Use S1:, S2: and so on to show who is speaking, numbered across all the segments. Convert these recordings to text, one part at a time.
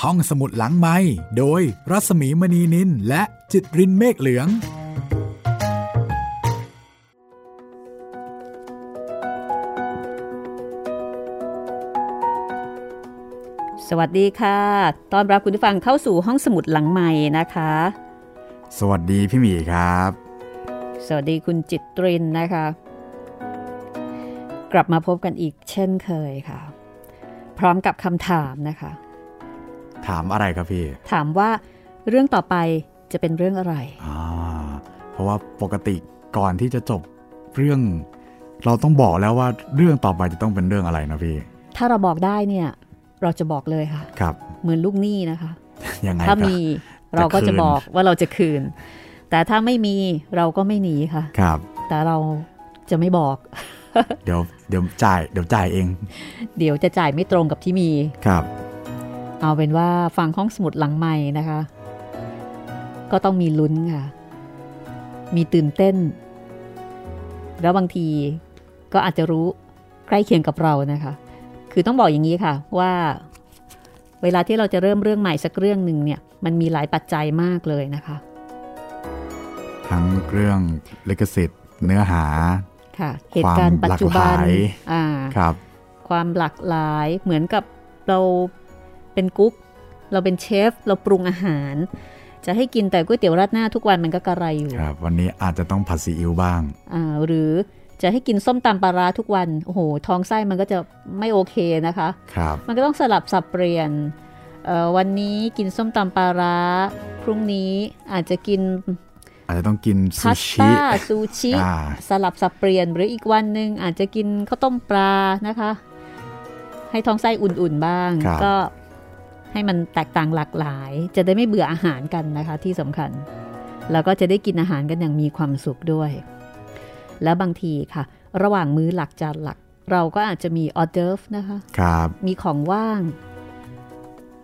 S1: ห้องสมุดหลังไม้โดยรัสมีมณีนินและจิตรินเมฆเหลือง
S2: สวัสดีค่ะ ตอนรับคุณผู้ฟังเข้าสู่ห้องสมุดหลังใหม่นะคะ
S3: สวัสดีพี่หมีครับ
S2: สวัสดีคุณจิตตรินนะคะ กลับมาพบกันอีกเช่นเคยค่ะ พร้อมกับคำถามนะคะ
S3: ถามอะไรครับพี่
S2: ถามว่าเรื่องต่อไปจะเป็นเรื่องอะไร
S3: อ่าเพราะว่าปกติก่อนที่จะจบเรื่อง เราต้องบอกแล้วว่าเรื่องต่อไปจะต้องเป็นเรื่องอะไรนะพี่
S2: ถ้าเราบอกได้เนี่ยเราจะบอกเลยค่ะ
S3: ครับ
S2: เหมือนลูกหนี้นะคะ
S3: ยังไงค
S2: ถ้า
S3: รับ
S2: มีเราก็
S3: จะคื
S2: จะ
S3: น
S2: บอกว่าเราจะคืน แต่ถ้าไม่มีเราก็ไม่หนีค่ะ
S3: ครับ
S2: แต่เราจะไม่บอก
S3: เดี๋ยวเดี๋ยวจ่ายเดี๋ยวจ่ายเอง
S2: เดี๋ยวจะจ่ายไม่ตรงกับที่มี
S3: ครับ
S2: เอาเป็นว่าฟังห้องสมุดหลังใหม่นะคะ ก็ต้องมีลุ้นค่ะ มีตื่นเต้น แล้วบางทีก็อาจจะรู้ใกล้เคียงกับเรานะคะ คือต้องบอกอย่างนี้ค่ะว่า เวลาที่เราจะเริ่มเรื่องใหม่สักเรื่องหนึ่งเนี่ยมันมีหลายปัจจัยมากเลยนะคะ
S3: ทั้งเรื่องลิขสิทธิ์เนื้อหา
S2: ค่ะ เหตุการณ์ปัจจุบั
S3: ควา
S2: น
S3: มหลากหลาย
S2: อ่า
S3: ครับ
S2: ความหลากหลายเหมือนกับเราเป็นกุ๊ก เราเป็นเชฟ เราปรุงอาหาร จะให้กินแต่ก๋วยเตี๋ยวราดหน้าทุกวันมันก็กระไรอยู่
S3: ครับ วันนี้อาจจะต้องผัดซีอิ๊วบ้าง
S2: อ่าหรือจะให้กินส้มตำปลาร้าทุกวัน โอ้โห ท้องไส้มันก็จะไม่โอเคนะคะ
S3: ครับ
S2: มันก็ต้องสลับสับเปลี่ยนเอ่อวันนี้กินส้มตำปลาร้า พรุ่งนี้อาจจะกิน
S3: อาจจะต้องกินซู
S2: พาส
S3: ชิ
S2: ต้าซูชิ
S3: อ่า
S2: สลับสับเปลี่ยนหรืออีกวันหนึ่งอาจจะกินข้าวต้มปลานะคะ ให้ท้องไส้อุ่นๆบ้าง
S3: ครับ
S2: ก็ให้มันแตกต่างหลากหลาย จะได้ไม่เบื่ออาหารกันนะคะที่สำคัญ แล้วก็จะได้กินอาหารกันอย่างมีความสุขด้วย แล้วบางทีค่ะ ระหว่างมื้อหลักจานหลัก เราก็อาจจะมีออเดอร์ฟนะคะ
S3: ครับ
S2: มีของว่าง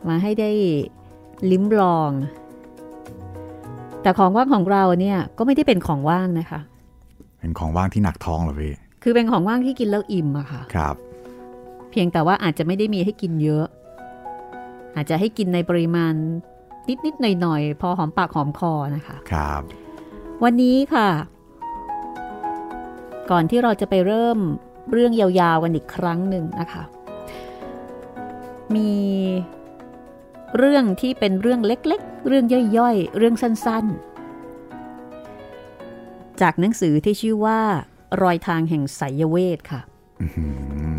S2: มาให้ได้ลิ้มลอง แต่ของว่างของเราเนี่ยก็ไม่ได้เป็นของว่างนะคะ
S3: เป็นของว่างที่หนักท้องเหรอพี่
S2: คือเป็นของว่างที่กินแล้วอิ่มอะค่ะ
S3: ครับ
S2: เพียงแต่ว่าอาจจะไม่ได้มีให้กินเยอะ อาจจะให้กินในปริมาณนิด ๆ หน่อย ๆ พอหอมปากหอมคอนะคะ
S3: ครับ
S2: วันนี้ค่ะ ก่อนที่เราจะไปเริ่มเรื่องยาวๆกันอีกครั้งหนึ่งนะคะ มีเรื่องที่เป็นเรื่องเล็กๆ เรื่องย่อยๆ เรื่องสั้นๆ จากหนังสือที่ชื่อว่า รอยทางแห่งไสยเวทค่ะ
S3: อืม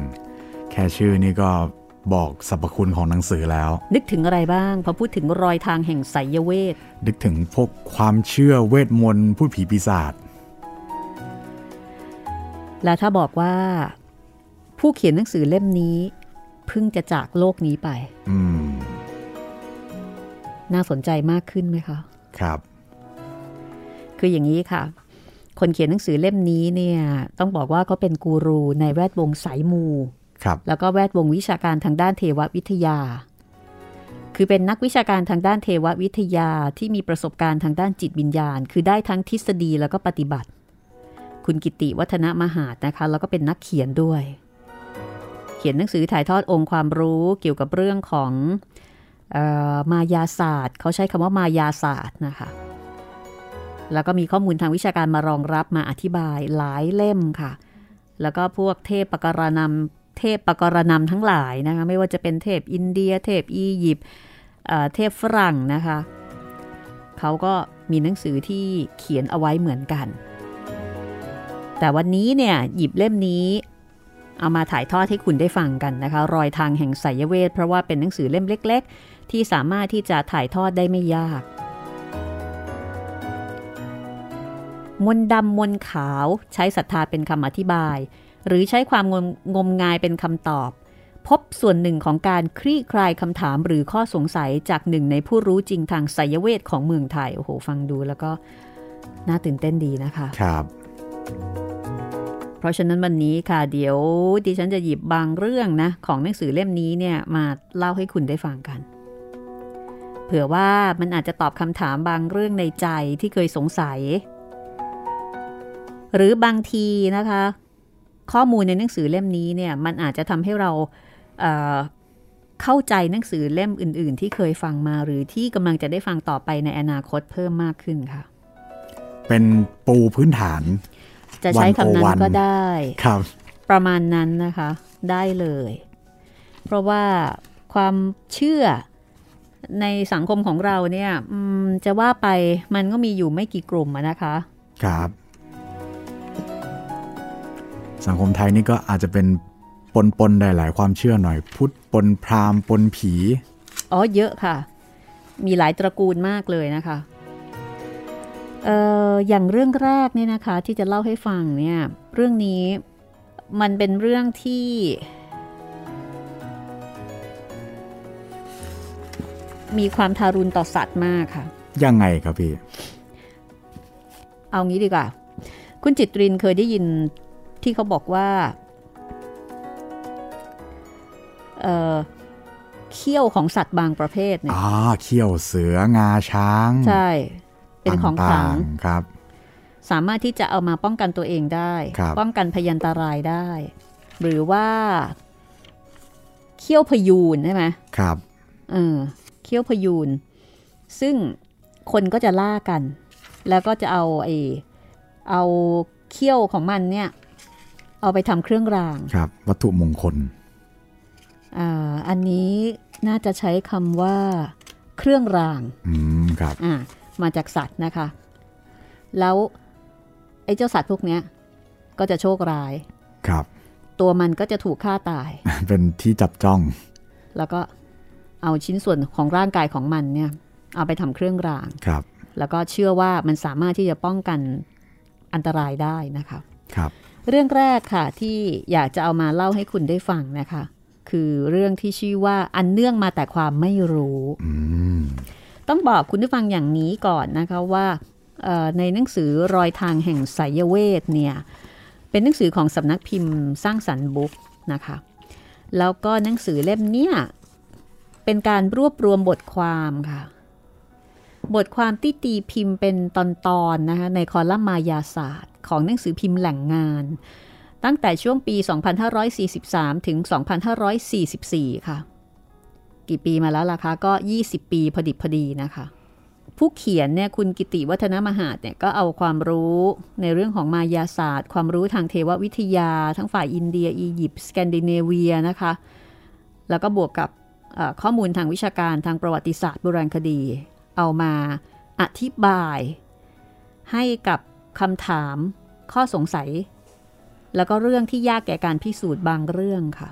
S3: แค่ชื่อนี่ก็บอกสรรพคุณของหนังสือแล้ว
S2: นึกถึงอะไรบ้างพอพูดถึงรอยทางแห่งไสยเวท
S3: นึกถึงพวกความเชื่อเวทมนต์พูดผีปีศาจ
S2: และถ้าบอกว่า ผู้เขียนหนังสือเล่มนี้เพิ่งจะจากโลกนี้ไป
S3: อืม
S2: น่าสนใจมากขึ้นไหมคะ
S3: ครับ
S2: คืออย่างนี้ค่ะ คนเขียนหนังสือเล่มนี้เนี่ยต้องบอกว่าเขาเป็นกูรูในแวดวงสายมู
S3: ครับ
S2: แล้วก็แวดวงวิชาการทางด้านเทววิทยา คือเป็นนักวิชาการทางด้านเทววิทยาที่มีประสบการณ์ทางด้านจิตวิญญาณ คือได้ทั้งทฤษฎีแล้วก็ปฏิบัติ คุณกิติวัฒนมหาดนะคะ แล้วก็เป็นนักเขียนด้วย เขียนหนังสือถ่ายทอดองค์ความรู้เกี่ยวกับเรื่องของเออมายาศาสตร์ เขาใช้คำว่ามายาศาสตร์นะคะ แล้วก็มีข้อมูลทางวิชาการมารองรับมาอธิบายหลายเล่มค่ะ แล้วก็พวกเทพปกรณำเทพปกรณำทั้งหลายนะคะ ไม่ว่าจะเป็นเทพอินเดีย เทพอียิปต์เอ่อเทพฝรั่งนะคะ เขาก็มีหนังสือที่เขียนเอาไว้เหมือนกัน แต่วันนี้เนี่ยหยิบเล่มนี้ เอามาถ่ายทอดให้คุณได้ฟังกันนะคะ รอยทางแห่งไสยเวท เพราะว่าเป็นหนังสือเล่มเล็ก ๆ ที่สามารถที่จะถ่ายทอดได้ไม่ยาก มนต์ดำมนต์ขาวใช้ศรัทธาเป็นคำอธิบาย หรือใช้ความงมงมงายเป็นคำตอบ พบส่วนหนึ่งของการคลี่คลายคำถามหรือข้อสงสัยจากหนึ่งในผู้รู้จริงทางไสยเวทของเมืองไทย โอ้โห ฟังดูแล้วก็น่าตื่นเต้นดีนะคะ
S3: ครับ
S2: เพราะฉะนั้นวันนี้ค่ะ เดี๋ยวดิฉันจะหยิบบางเรื่องนะ ของหนังสือเล่มนี้เนี่ยมาเล่าให้คุณได้ฟังกัน เผื่อว่ามันอาจจะตอบคำถามบางเรื่องในใจที่เคยสงสัย หรือบางทีนะคะ ข้อมูลในหนังสือเล่มนี้เนี่ยมันอาจจะทำให้เราเอ่อ เข้าใจหนังสือเล่มอื่น ๆ ที่เคยฟังมาหรือที่กำลังจะได้ฟังต่อไปในอนาคตเพิ่มมากขึ้นค่ะ
S3: เป็นปูพื้นฐาน
S2: จะใช้คำนั้น
S3: 101
S2: ก็ได้
S3: ครับ
S2: ประมาณนั้นนะคะได้เลย เพราะว่าความเชื่อในสังคมของเราเนี่ยอืมจะว่าไปมันก็มีอยู่ไม่กี่กลุ่มอะนะคะ
S3: ครับ สังคมไทยนี่ก็อาจจะเป็นปนปนๆหลาย ๆ ความเชื่อหน่อย พุทธปนพราหมณ์ปนผี
S2: อ๋อเยอะค่ะ มีหลายตระกูลมากเลยนะคะเอ่ออย่างเรื่องแรกเนี่ยนะคะที่จะเล่าให้ฟังเนี่ยเรื่องนี้มันเป็นเรื่องที่ มีความทารุณต่อสัตว์มากค่ะ
S3: ยังไงครับพี่
S2: เอางี้ดีกว่า คุณจิตรินเคยได้ยินที่เขาบอกว่าเอ่อเขี้ยวของสัตว์บางประเภทเนี่ย
S3: อ่าเขี้ยวเสืองาช้าง
S2: ใช่ เป็นของขลัง
S3: ต่าๆครับ
S2: สามารถที่จะเอามาป้องกันตัวเองได้
S3: ครับ
S2: ป้องกันพยันตรายได้ หรือว่า เขี้ยวพยูนใช่ไหม
S3: ครับ
S2: เออเขี้ยวพยูน ซึ่งคนก็จะล่ากัน แล้วก็จะเอาไอเอาเขี้ยวของมันเนี่ย เอาไปทำเครื่องราง
S3: ครับ วัตถุมงคล
S2: อ่า อันนี้น่าจะใช้คำว่า เครื่องราง
S3: อืม ครับ
S2: อ่ามาจากสัตว์นะคะ แล้วไอ้เจ้าสัตว์พวกเนี้ยก็จะโชคร้าย
S3: ครับ
S2: ตัวมันก็จะถูกฆ่าตาย
S3: เป็นที่จับจ้อง
S2: แล้วก็เอาชิ้นส่วนของร่างกายของมันเนี่ย เอาไปทำเครื่องราง
S3: ครับ
S2: แล้วก็เชื่อว่ามันสามารถที่จะป้องกันอันตรายได้นะคะ
S3: ครับ
S2: เรื่องแรกค่ะที่อยากจะเอามาเล่าให้คุณได้ฟังนะคะ คือเรื่องที่ชื่อว่าอันเนื่องมาแต่ความไม่รู้
S3: อืม
S2: ต้องบอกคุณผู้ฟังอย่างนี้ก่อนนะคะว่าเอ่อในหนังสือรอยทางแห่งสายเวทเนี่ยเป็นหนังสือของสำนักพิมพ์สร้างสรรค์บุ๊กนะคะแล้วก็หนังสือเล่มเนี้ยเป็นการรวบรวมบทความค่ะ บทความที่ตีพิมพ์เป็นตอนๆนะคะในคอลัมน์มายาศาสตร์ ของหนังสือพิมพ์แหล่งงาน ตั้งแต่ช่วงปี 2543 ถึง 2544 ค่ะ กี่ปีมาแล้วล่ะคะ ก็ 20 ปีพอดิบพอดีนะคะ ผู้เขียนเนี่ยคุณกิติวัฒนมหาดเนี่ยก็เอาความรู้ในเรื่องของมายาศาสตร์ ความรู้ทางเทววิทยา ทั้งฝ่ายอินเดีย อียิปต์สแกนดิเนเวียนะคะ แล้วก็บวกกับเอ่อข้อมูลทางวิชาการทางประวัติศาสตร์โบราณคดี เอามาอธิบายให้กับคำถามข้อสงสัย แล้วก็เรื่องที่ยากแก่การพิสูจน์บางเรื่องค่ะ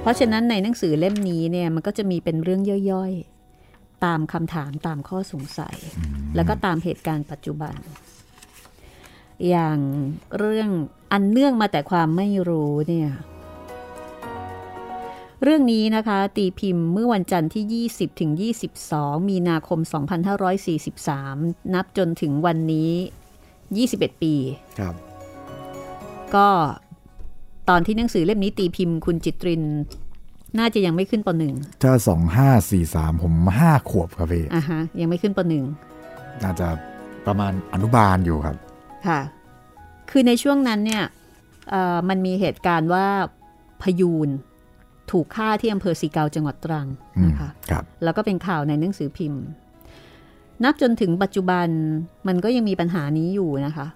S2: เพราะฉะนั้นในหนังสือเล่มนี้เนี่ยมันก็จะมีเป็นเรื่องย่อยๆ ตามคำถามตามข้อสงสัย แล้วก็ตามเหตุการณ์ปัจจุบัน อย่างเรื่องอันเนื่องมาแต่ความไม่รู้เนี่ยเรื่องนี้นะคะ ตีพิมพ์เมื่อวันจันทร์ที่ 20 ถึง 22 มีนาคม 2543 นับจนถึงวันนี้ 21 ปี
S3: ครับ
S2: ก็ตอนที่หนังสือเล่มนี้ตีพิมพ์คุณจิตริน น่าจะยังไม่ขึ้นปหนึ่ง
S3: ถ้าสองห้าสี่สามผมห้าขวบครับพี่
S2: อ่ะฮะยังไม่ขึ้นปหนึ่ง
S3: น่าจะประมาณอนุบาลอยู่ครับ
S2: ค่ะ คือในช่วงนั้นเนี่ยเอ่อมันมีเหตุการณ์ว่าพยูนถูกฆ่าที่อำเภอสีเกาจังหวัดตรัง
S3: อืม
S2: นะคะ
S3: ครับ
S2: แล้วก็เป็นข่าวในหนังสือพิมพ์ นับจนถึงปัจจุบันมันก็ยังมีปัญหานี้อยู่นะคะ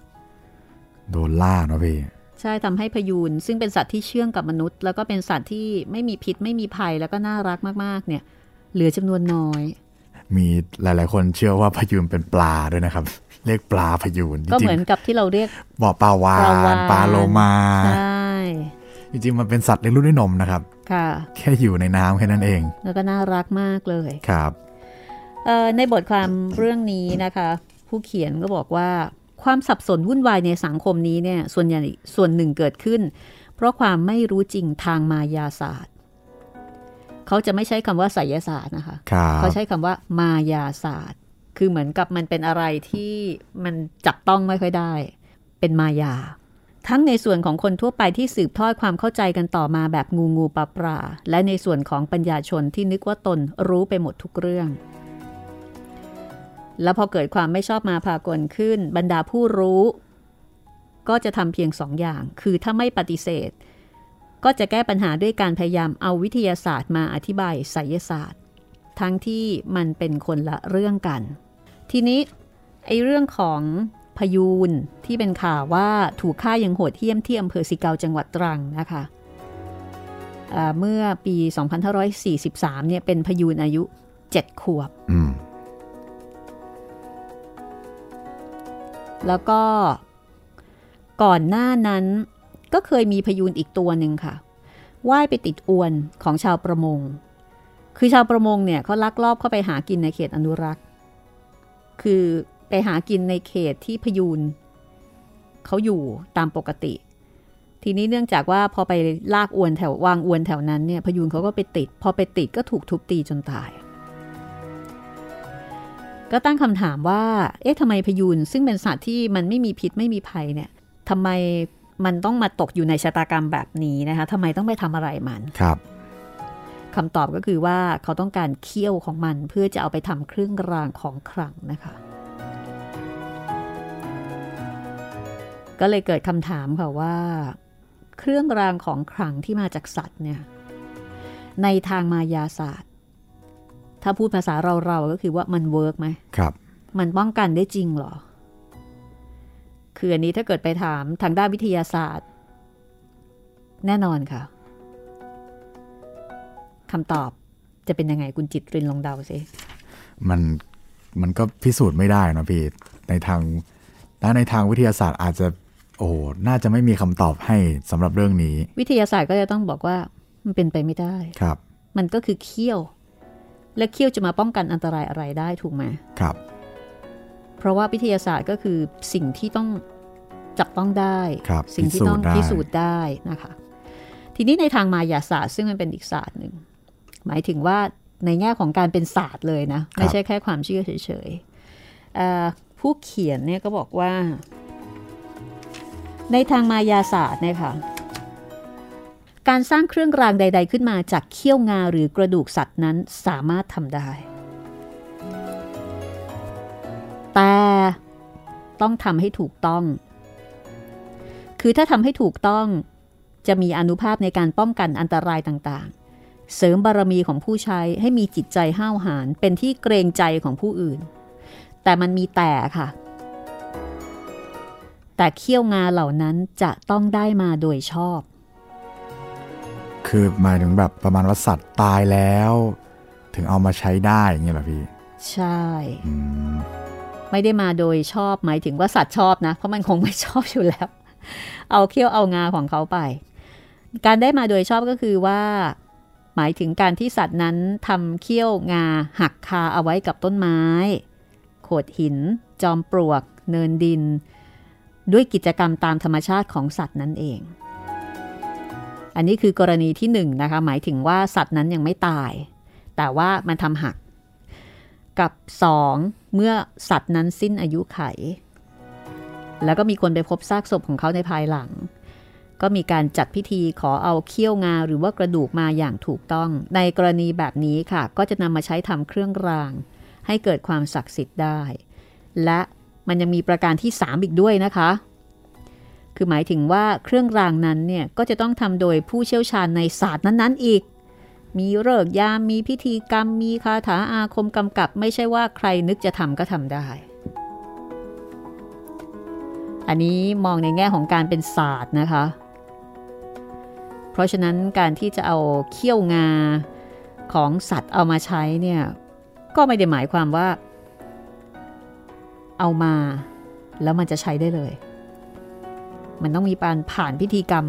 S3: โดนล่าเนาะพี่
S2: ใช่ทำให้พยูนซึ่งเป็นสัตว์ที่เชื่องกับมนุษย์ แล้วก็เป็นสัตว์ที่ไม่มีพิษไม่มีภัยแล้วก็น่ารักมากๆ เนี่ย เหลือจำนวนน้อย
S3: มีหลาย ๆ คนเชื่อว่าพยูนเป็นปลาด้วยนะครับ เรียกปลาพยูนจ
S2: ก็
S3: ริ
S2: เห
S3: ง
S2: มือนกับที่เราเรียก
S3: ๆบอกปลาวา
S2: ปลาวาฬ
S3: นปลาโลมา
S2: ใช่
S3: จริง ๆ มันเป็นสัตว์เลี้ยงลูกด้วยนมนะครับ
S2: ค่ะ
S3: แค่อยู่ในน้ำแค่นั้นเอง
S2: แล้วก็น่ารักมากเลย
S3: ครับ
S2: เอ่อในบทความเรื่องนี้นะคะ ผู้เขียนก็บอกว่าความสับสนวุ่นวายในสังคมนี้เนี่ยส่วนใหญ่ส่วนหนึ่งเกิดขึ้น เพราะความไม่รู้จริงทางมายาศาสตร์ เขาจะไม่ใช้คำว่าไสยศาสตร์นะคะ
S3: ครับ
S2: เขาใช้คำว่ามายาศาสตร์ คือเหมือนกับมันเป็นอะไรที่มันจับต้องไม่ค่อยได้ เป็นมายา ทั้งในส่วนของคนทั่วไปที่สืบทอดความเข้าใจกันต่อมาแบบงูงูปลาปลาและในส่วนของปัญญาชนที่นึกว่าตนรู้ไปหมดทุกเรื่อง แล้วพอเกิดความไม่ชอบมาพากลขึ้น บรรดาผู้รู้ ก็จะทำเพียงสองอย่าง คือถ้าไม่ปฏิเสธ ก็จะแก้ปัญหาด้วยการพยายามเอาวิทยาศาสตร์มาอธิบายไสยศาสตร์ ทั้งที่มันเป็นคนละเรื่องกัน ทีนี้ไอ้เรื่องของพยูนที่เป็นข่าวว่าถูกฆ่าอย่างโหดเหี้ยมที่อำเภอสิเกาจังหวัดตรังนะคะเอ่อเมื่อปี 2543 เนี่ยเป็นพยูนอายุ 7 ขวบ
S3: อืม
S2: แล้วก็ก่อนหน้านั้นก็เคยมีพยูนอีกตัวหนึ่งค่ะว่ายไปติดอวนของชาวประมง คือชาวประมงเนี่ยเขาลักลอบเข้าไปหากินในเขตอนุรักษ์ คือไปหากินในเขตที่พยูนเขาอยู่ตามปกติ ทีนี้เนื่องจากว่าพอไปลากอวนแถววางอวนแถวนั้นเนี่ยพยูนเขาก็ไปติด พอไปติดก็ถูกทุบตีจนตาย ก็ตั้งคำถามว่า เอ๊ะทำไมพยูนซึ่งเป็นสัตว์ที่มันไม่มีพิษไม่มีภัยเนี่ยทำไมมันต้องมาตกอยู่ในชะตากรรมแบบนี้นะคะทำไมต้องไปทำอะไรมัน
S3: ครับ
S2: คำตอบก็คือว่าเขาต้องการเคี้ยวของมันเพื่อจะเอาไปทำเครื่องรางของขลังนะคะ ก็เลยเกิดคำถามค่ะว่า เครื่องรางของขลังที่มาจากสัตว์เนี่ยในทางมายาศาสตร์ ถ้าพูดภาษาเราเราๆก็คือว่ามันเวิร์กไหม
S3: ครับ
S2: มันป้องกันได้จริงเหรอ คืออันนี้ถ้าเกิดไปถามทางด้านวิทยาศาสตร์ แน่นอนค่ะ คำตอบจะเป็นยังไงคุณจิตรินลองเดาสิ
S3: มัน มันก็พิสูจน์ไม่ได้เนอะพี่ ในทางถ้าในทางวิทยาศาสตร์อาจจะ โอ้โหน่าจะไม่มีคำตอบให้สำหรับเรื่องนี้
S2: วิทยาศาสตร์ก็จะต้องบอกว่า มันเป็นไปไม่ได้
S3: ครับ
S2: มันก็คือเขี้ยว และเขี้ยวจะมาป้องกันอันตรายอะไรได้ถูกไหม
S3: ครับ
S2: เพราะว่าวิทยาศาสตร์ก็คือสิ่งที่ต้องจับต้องได้
S3: ครับ
S2: สิ่งที่ต้อง
S3: พิ
S2: พิ
S3: สู
S2: สู
S3: จ
S2: จ
S3: น์
S2: น์
S3: ได้
S2: ได้นะคะ ทีนี้ในทางมายาศาสตร์ ซึ่งมันเป็นอีกศาสตร์หนึ่ง หมายถึงว่าในแง่ของการเป็นศาสตร์เลยนะ ไม่ใช่แค่ความเชื่อเฉยๆเอ่อผู้เขียนเนี่ยก็บอกว่า ในทางมายาศาสตร์เนี่ยค่ะ การสร้างเครื่องรางใด ๆ ขึ้นมาจากเขี้ยวงาหรือกระดูกสัตว์นั้นสามารถทำได้ แต่ต้องทำให้ถูกต้อง คือถ้าทำให้ถูกต้องจะมีอานุภาพในการป้องกันอันตรายต่างๆ เสริมบารมีของผู้ใช้ให้มีจิตใจห้าวหาญเป็นที่เกรงใจของผู้อื่น แต่มันมีแต่ค่ะ แต่เขี้ยวงาเหล่านั้นจะต้องได้มาโดยชอบ
S3: คือหมายถึงแบบประมาณว่าสัตว์ตายแล้ว ถึงเอามาใช้ได้อย่างเงี้ยเหรอพี่
S2: ใช่
S3: อืม
S2: ไม่ได้มาโดยชอบหมายถึงว่าสัตว์ชอบนะ เพราะมันคงไม่ชอบอยู่แล้ว เอาเขี้ยวเอางาของเขาไป การได้มาโดยชอบก็คือว่า หมายถึงการที่สัตว์นั้นทำเขี้ยวงาหักคาเอาไว้กับต้นไม้ โขดหิน จอมปลวก เนินดิน ด้วยกิจกรรมตามธรรมชาติของสัตว์นั่นเอง อันนี้คือกรณีที่หนึ่งนะคะ หมายถึงว่าสัตว์นั้นยังไม่ตาย แต่ว่ามันทำหัก กับ 2. เมื่อสัตว์นั้นสิ้นอายุไข แล้วก็มีคนไปพบซากศพของเขาในภายหลัง ก็มีการจัดพิธีขอเอาเขี้ยวงาหรือว่ากระดูกมาอย่างถูกต้อง ในกรณีแบบนี้ค่ะ ก็จะนำมาใช้ทำเครื่องราง ให้เกิดความศักดิ์สิทธิ์ได้ และมันยังมีประการที่ 3 อีกด้วยนะคะ คือหมายถึงว่าเครื่องรางนั้นเนี่ยก็จะต้องทำโดยผู้เชี่ยวชาญในศาสตร์นั้นๆอีก มีเลิกษ์ยาม มีพิธีกรรม มีคาถาอาคมกำกับ ไม่ใช่ว่าใครนึกจะทำก็ทำได้ อันนี้มองในแง่ของการเป็นศาสตร์นะคะ เพราะฉะนั้นการที่จะเอาเขี้ยวงาของสัตว์เอามาใช้เนี่ย ก็ไม่ได้หมายความว่า เอามาแล้วมันจะใช้ได้เลย มันต้องมีการผ่านพิธีกรรม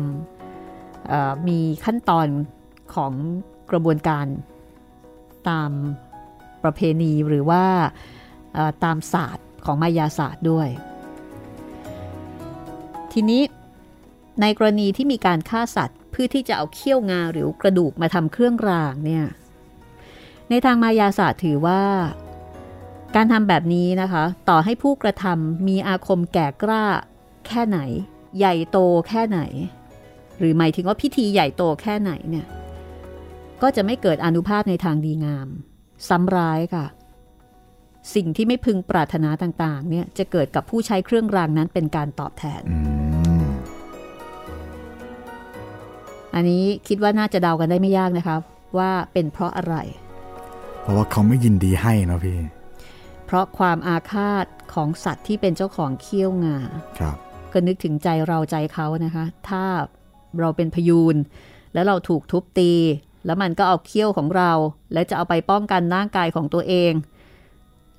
S2: เอ่อมีขั้นตอน ของกระบวนการตามประเพณีหรือว่าเอ่อตามศาสตร์ของมายาศาสตร์ด้วย ทีนี้ในกรณีที่มีการฆ่าสัตว์เพื่อที่จะเอาเขี้ยวงาหรือกระดูกมาทำเครื่องรางเนี่ยในทางมายาศาสตร์ถือว่า การทำแบบนี้นะคะ ต่อให้ผู้กระทำมีอาคมแก่กล้าแค่ไหน ใหญ่โตแค่ไหน หรือหมายถึงว่าพิธีใหญ่โตแค่ไหนเนี่ย ก็จะไม่เกิดอานุภาพในทางดีงาม ซ้ำร้ายค่ะ สิ่งที่ไม่พึงปรารถนาต่างๆ เนี่ยจะเกิดกับผู้ใช้เครื่องรางนั้นเป็นการตอบแทน
S3: อืม
S2: อันนี้คิดว่าน่าจะเดากันได้ไม่ยากนะครับ ว่าเป็นเพราะอะไร
S3: เพราะว่าเขาไม่ยินดีให้เนาะพี่
S2: เพราะความอาฆาตของสัตว์ที่เป็นเจ้าของเขี้ยวงา
S3: ครับ
S2: ก็นึกถึงใจเราใจเขานะคะ ถ้าเราเป็นพยูนแล้วเราถูกทุบตี แล้วมันก็เอาเขี้ยวของเรา แล้วจะเอาไปป้องกันร่างกายของตัวเอง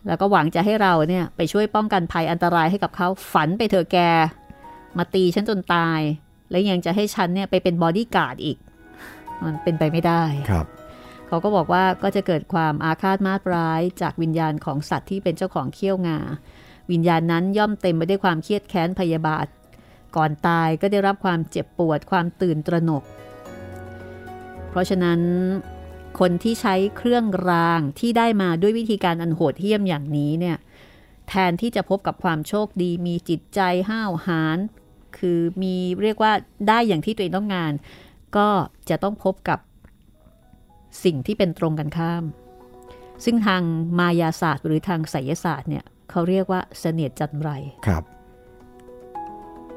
S2: แล้วก็หวังจะให้เราเนี่ย ไปช่วยป้องกันภัยอันตรายให้กับเขาฝันไปเถอะแก มาตีฉันจนตาย แล้วยังจะให้ฉันเนี่ยไปเป็นบอดี้การ์ดอีก มันเป็นไปไม่ได้
S3: ครับ
S2: เขาก็บอกว่าก็จะเกิดความอาฆาตมาตร้าย จากวิญญาณของสัตว์ที่เป็นเจ้าของเขี้ยวงา วิญญาณนั้นย่อมเต็มไปด้วยความเครียดแค้นพยาบาท ก่อนตายก็ได้รับความเจ็บปวดความตื่นตระหนก เพราะฉะนั้น คนที่ใช้เครื่องรางที่ได้มาด้วยวิธีการอันโหดเหี้ยมอย่างนี้เนี่ยแทนที่จะพบกับความโชคดี มีจิตใจห้าวหาญคือมีเรียกว่าได้อย่างที่ตัวเองต้องงาน ก็จะต้องพบกับ สิ่งที่เป็นตรงกันข้าม ซึ่งทางมายาศาสตร์หรือทางไสยศาสตร์เนี่ยเขาเรียกว่าเสนียดจันไร
S3: ครับ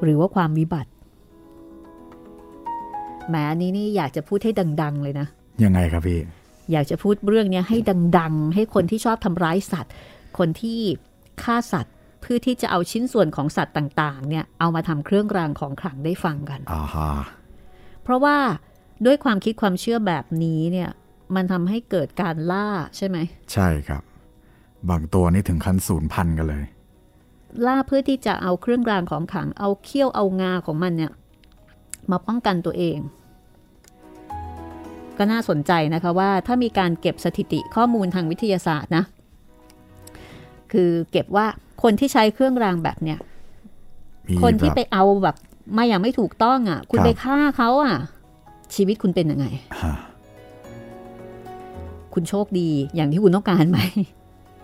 S2: หรือว่าความวิบัติแหมอันนี้นี่อยากจะพูดให้ดัง ๆ เลยนะ
S3: ยังไงครับพี่
S2: อยากจะพูดเรื่องเนี้ยให้ดัง ๆ ให้คนที่ชอบทำร้ายสัตว์ คนที่ฆ่าสัตว์เพื่อที่จะเอาชิ้นส่วนของสัตว์ต่างๆ เนี่ยเอามาทำเครื่องรางของขลังได้ฟังกัน
S3: อ่าฮะ
S2: เพราะว่าด้วยความคิดความเชื่อแบบนี้เนี่ยมันทำให้เกิดการล่าใช่ไหม
S3: ใช่ครับ บางตัวนี่ถึงขั้นศูนย์พันกันเลย
S2: ล่าเพื่อที่จะเอาเครื่องรางของขลัง เอาเขี้ยวเอางาของมันเนี่ย มาป้องกันตัวเอง ก็น่าสนใจนะคะว่าถ้ามีการเก็บสถิติข้อมูลทางวิทยาศาสตร์นะ คือเก็บว่าคนที่ใช้เครื่องรางแบบเนี่ย
S3: มี
S2: คนที่
S3: แบบ
S2: ไปเอาแบบมาอย่างไม่ถูกต้องอะ่ะ คุณ
S3: ครับ
S2: ไปฆ่าเขาอะ่ะ ชีวิตคุณเป็นยังไง
S3: ฮะ
S2: คุณโชคดีอย่างที่คุณต้องการไหม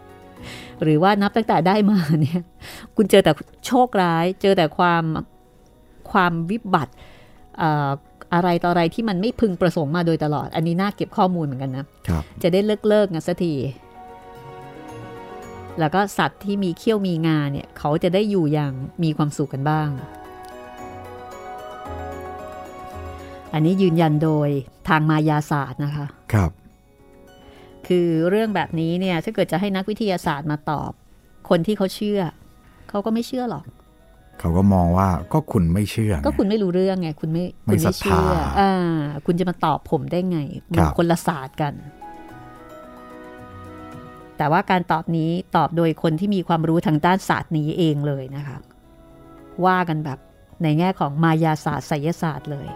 S2: หรือว่านับตั้งแต่ได้มาเนี่ย คุณเจอแต่โชคร้าย เจอแต่ความความวิบัติเอ่ออะไรต่ออะไรที่มันไม่พึงประสงค์มาโดยตลอด อันนี้น่าเก็บข้อมูลเหมือนกันนะ
S3: ครับ
S2: จะได้เลิกเลิกๆกันสักที แล้วก็สัตว์ที่มีเขี้ยวมีงาเนี่ย เขาจะได้อยู่อย่างมีความสุขกันบ้าง อันนี้ยืนยันโดยทางมายาศาสตร์นะคะ
S3: ครับ
S2: คือเรื่องแบบนี้เนี่ยถ้าเกิดจะให้นักวิทยาศาสตร์มาตอบ คนที่เขาเชื่อ เขาก็ไม่เชื่อหรอก
S3: เขาก็มองว่าก็คุณไม่เชื่อไง
S2: ก็คุณไม่รู้เรื่องไงคุณไม่
S3: ไม่
S2: คุณ
S3: ศรั
S2: ไม่
S3: ทธา
S2: เชื่ออ่าคุณจะมาตอบผมได้ไงมั
S3: ครั
S2: น
S3: บ
S2: คนละศาสตร์กัน แต่ว่าการตอบนี้ตอบโดยคนที่มีความรู้ทางด้านศาสตร์นี้เองเลยนะคะ ว่ากันแบบในแง่ของมายาศาสตร์ไสยศาสตร์เลย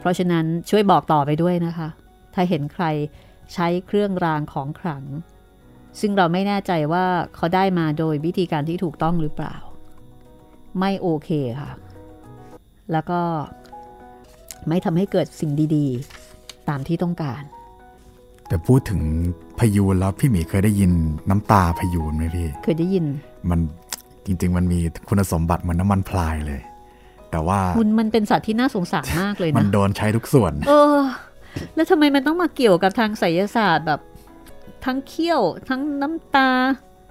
S2: เพราะฉะนั้นช่วยบอกต่อไปด้วยนะคะ ถ้าเห็นใครใช้เครื่องรางของขลัง ซึ่งเราไม่แน่ใจว่าเขาได้มาโดยวิธีการที่ถูกต้องหรือเปล่า ไม่โอเคค่ะ แล้วก็ไม่ทำให้เกิดสิ่งดีๆ ตามที่ต้องการ
S3: แต่พูดถึงพยูนแล้วพี่หมีเคยได้ยินน้ำตาพยูนไหมพี่
S2: เคยได้ยิน
S3: มัน จริง ๆ มันมีคุณสมบัติเหมือนน้ำมันพลายเลย แต่ว่า
S2: คุณมันเป็นสัตว์ที่น่าสงสารมากเลย
S3: มัน
S2: นะ
S3: โดนใช้ทุกส่วน
S2: เออ แล้วทำไมมันต้องมาเกี่ยวกับทางไสยศาสตร์แบบ ทั้งเขี้ยว ทั้งน้ำตา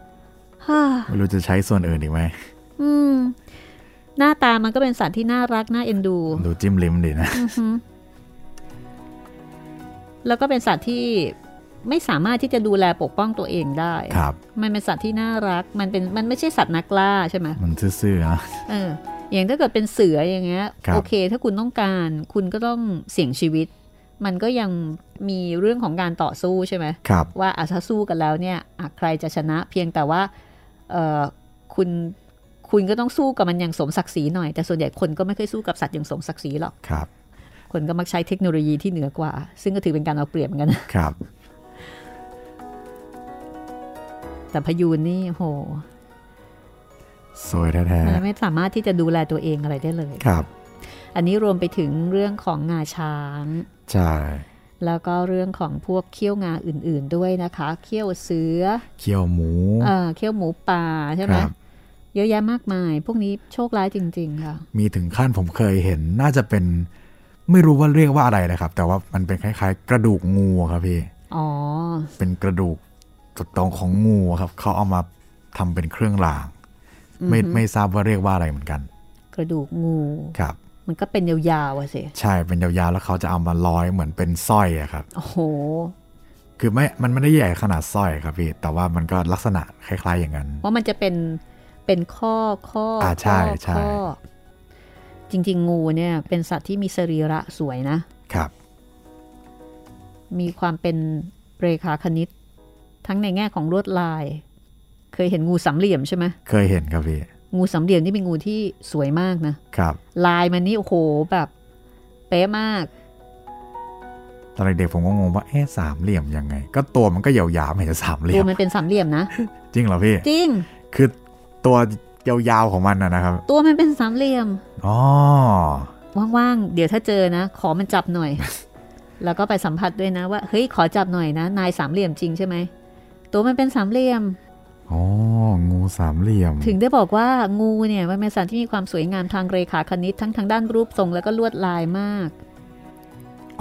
S2: ฮ่า
S3: ไม่รู้จะใช้ส่วนอื่นอีกไหม
S2: อืม หน้าตามันก็เป็นสัตว์ที่น่ารัก น่าเอ็นดู
S3: ดูจิ้มลิ้มดีนะ
S2: แล้วก็เป็นสัตว์ที่ไม่สามารถที่จะดูแลปกป้องตัวเองได้
S3: ครับ
S2: มันเป็นสัตว์ที่น่ารัก มันเป็นมันไม่ใช่สัตว์นักล่าใช่ไหม
S3: มันซื่อๆนะ
S2: เอออย่างถ้าเกิดเป็นเสืออย่างเงี้ย
S3: ครับ
S2: โอเค ถ้าคุณต้องการคุณก็ต้องเสี่ยงชีวิต มันก็ยังมีเรื่องของการต่อสู้ใช่ไหม
S3: ครับ
S2: ว่าอาถ้าสู้กันแล้วเนี่ยอ่ะใครจะชนะเพียงแต่ว่าเออคุณคุณก็ต้องสู้กับมันอย่างสมศักดิ์ศรีหน่อยแต่ส่วนใหญ่คนก็ไม่เคยสู้กับสัตว์อย่างสมศักดิ์ศรีหรอก
S3: ครับ
S2: คนก็มักใช้เทคโนโลยีที่เหนือกว่า ซึ่งก็ถือเป็นการเอาเปรียบเหมือนกันนะครับ แต่พยูนนี่โห
S3: สวยแท้
S2: มันไม่สามารถที่จะดูแลตัวเองอะไรได้เลย
S3: ๆ ครับ
S2: อันนี้รวมไปถึงเรื่องของงาช้าง
S3: ใช่
S2: แล้วก็เรื่องของพวกเขี้ยวงาอื่นๆด้วยนะคะ เขี้ยวเสือ
S3: เคี่ยวหมู
S2: เอ่อเขี้ยวหมูป่าใช่ไหม
S3: ครับ
S2: เยอะแยะมากมาย พวกนี้โชคร้ายจริง ๆ ค่ะ
S3: มีถึงขั้นผมเคยเห็น น่าจะเป็น ไม่รู้ว่าเรียกว่าอะไรนะครับ แต่ว่ามันเป็นคล้าย ๆ กระดูกงูอะครับพี่
S2: อ๋อ
S3: เป็นกระดูกจุดตรงของงูอะครับ เขาเอามาทำเป็นเครื่องราง ไม่ไม่ทราบว่าเรียกว่าอะไรเหมือนกัน
S2: กระดูกงู
S3: ครับ
S2: มันก็เป็นยาวๆอะสิ
S3: ใช่เป็นยาวๆแล้วเขาจะเอามาร้อยเหมือนเป็นสร้อยอะครับ
S2: โอ้โห
S3: คือไม่ มันไม่ได้ใหญ่ขนาดสร้อยครับพี่ แต่ว่ามันก็ลักษณะคล้ายๆอย่างนั้น
S2: ว่ามันจะเป็นเป็นข้อข้อ
S3: อ่าใช่
S2: ข้อ
S3: ใช่
S2: ข้อจริง ๆ งูเนี่ยเป็นสัตว์ที่มีสรีระสวยนะ
S3: ครับ
S2: มีความเป็นเรขาคณิต ทั้งในแง่ของลวดลาย เคยเห็นงูสามเหลี่ยมใช่ไหม
S3: เคยเห็นครับพี่
S2: งูสามเหลี่ยมนี่เป็นงูที่สวยมากนะ
S3: ครับ
S2: ลายมันนี่โอ้โหแบบ เป๊ะมาก
S3: ตอนเด็กๆผมก็งงว่าเอ๊ะสามเหลี่ยมยังไง ก็ตัวมันก็ยาวๆไม่เห็นจะสามเหลี่
S2: ตั
S3: ยว ม
S2: มันเป็นสามเหลี่ยมนะ
S3: จริงเหรอพี่
S2: จริง
S3: คือตัวยาวๆของมันนะนะครับ
S2: ตัวมันเป็นสามเหลี่ยม
S3: อ๋อ
S2: ว่างๆ เดี๋ยวถ้าเจอนะ ขอมันจับหน่อย แล้วก็ไปสัมผัสด้วยนะว่า เฮ้ย ขอจับหน่อยนะ นายสามเหลี่ยมจริงใช่ไหม ตัวมันเป็นสามเหลี่ยม
S3: อ๋อ งูสามเหลี่ยม
S2: ถึงได้บอกว่างูเนี่ยมันเป็นสัตว์ที่มีความสวยงามทางเรขาคณิตทั้งทางด้านรูปทรงแล้วก็ลวดลายมาก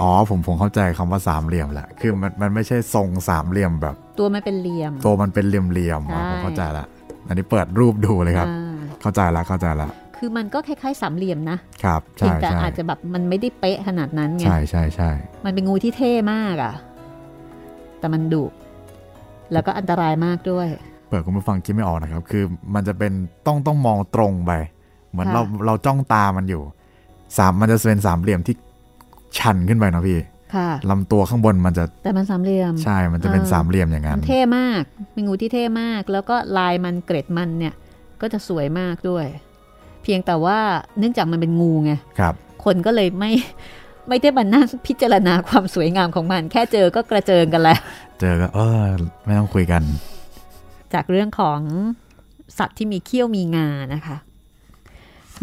S3: อ๋อ ผมผมเข้าใจคำว่าสามเหลี่ยมแหละ คือมันมันไม่ใช่ทรงสามเหลี่ยมแบบ
S2: ตัวมันเป็นเหลี่ยม
S3: ตัวมันเป็นเหลี่ยมๆอ๋อ
S2: ใช่
S3: ผมเข้าใจละ อันนี้เปิดรูปดูเลยครับ
S2: อ่า
S3: เข้าใจละเข้าใจละ
S2: คือมันก็คล้ายๆสามเหลี่ยมนะครับ เพีย
S3: ใช่
S2: งแต่
S3: ใช่
S2: อาจจะแบบมันไม่ได้เป๊ะขนาดนั้นไง
S3: ใช่ใช่ใช่
S2: มันเป็นงูที่เท่มากอะ่ะ แต่มันดุ แล้วก็อันตรายมากด้วย
S3: เปิดคุณผู้ฟังคิดไม่ออกนะครับ คือมันจะเป็นต้องต้องมองตรงไป เหมือน
S2: ค่ะ
S3: เราเราจ้องตามันอยู่ สามมันจะเป็นสามเหลี่ยมที่ชันขึ้นไปเนาะพี่
S2: ค่ะ
S3: ลำตัวข้างบนมันจะ
S2: แต่มันสามเหลี่ยม
S3: ใช่ มันจะเป็น
S2: อ่า
S3: สามเหลี่ยมอย่างนั้
S2: มัน นเท่มากเป็นงูที่เท่มาก แล้วก็ลายมันเกร็ดมันเนี่ย ก็จะสวยมากด้วย เพียงแต่ว่าเนื่องจากมันเป็นงูไง
S3: ครับ
S2: คนก็เลยไม่ ไม่ได้มานั่งพิจารณาความสวยงามของมัน แค่เจอก็กระเจิงกันแล้ว
S3: เจอก็เออไม่ต้องคุยกัน
S2: จากเรื่องของสัตว์ที่มีเขี้ยวมีงานะคะ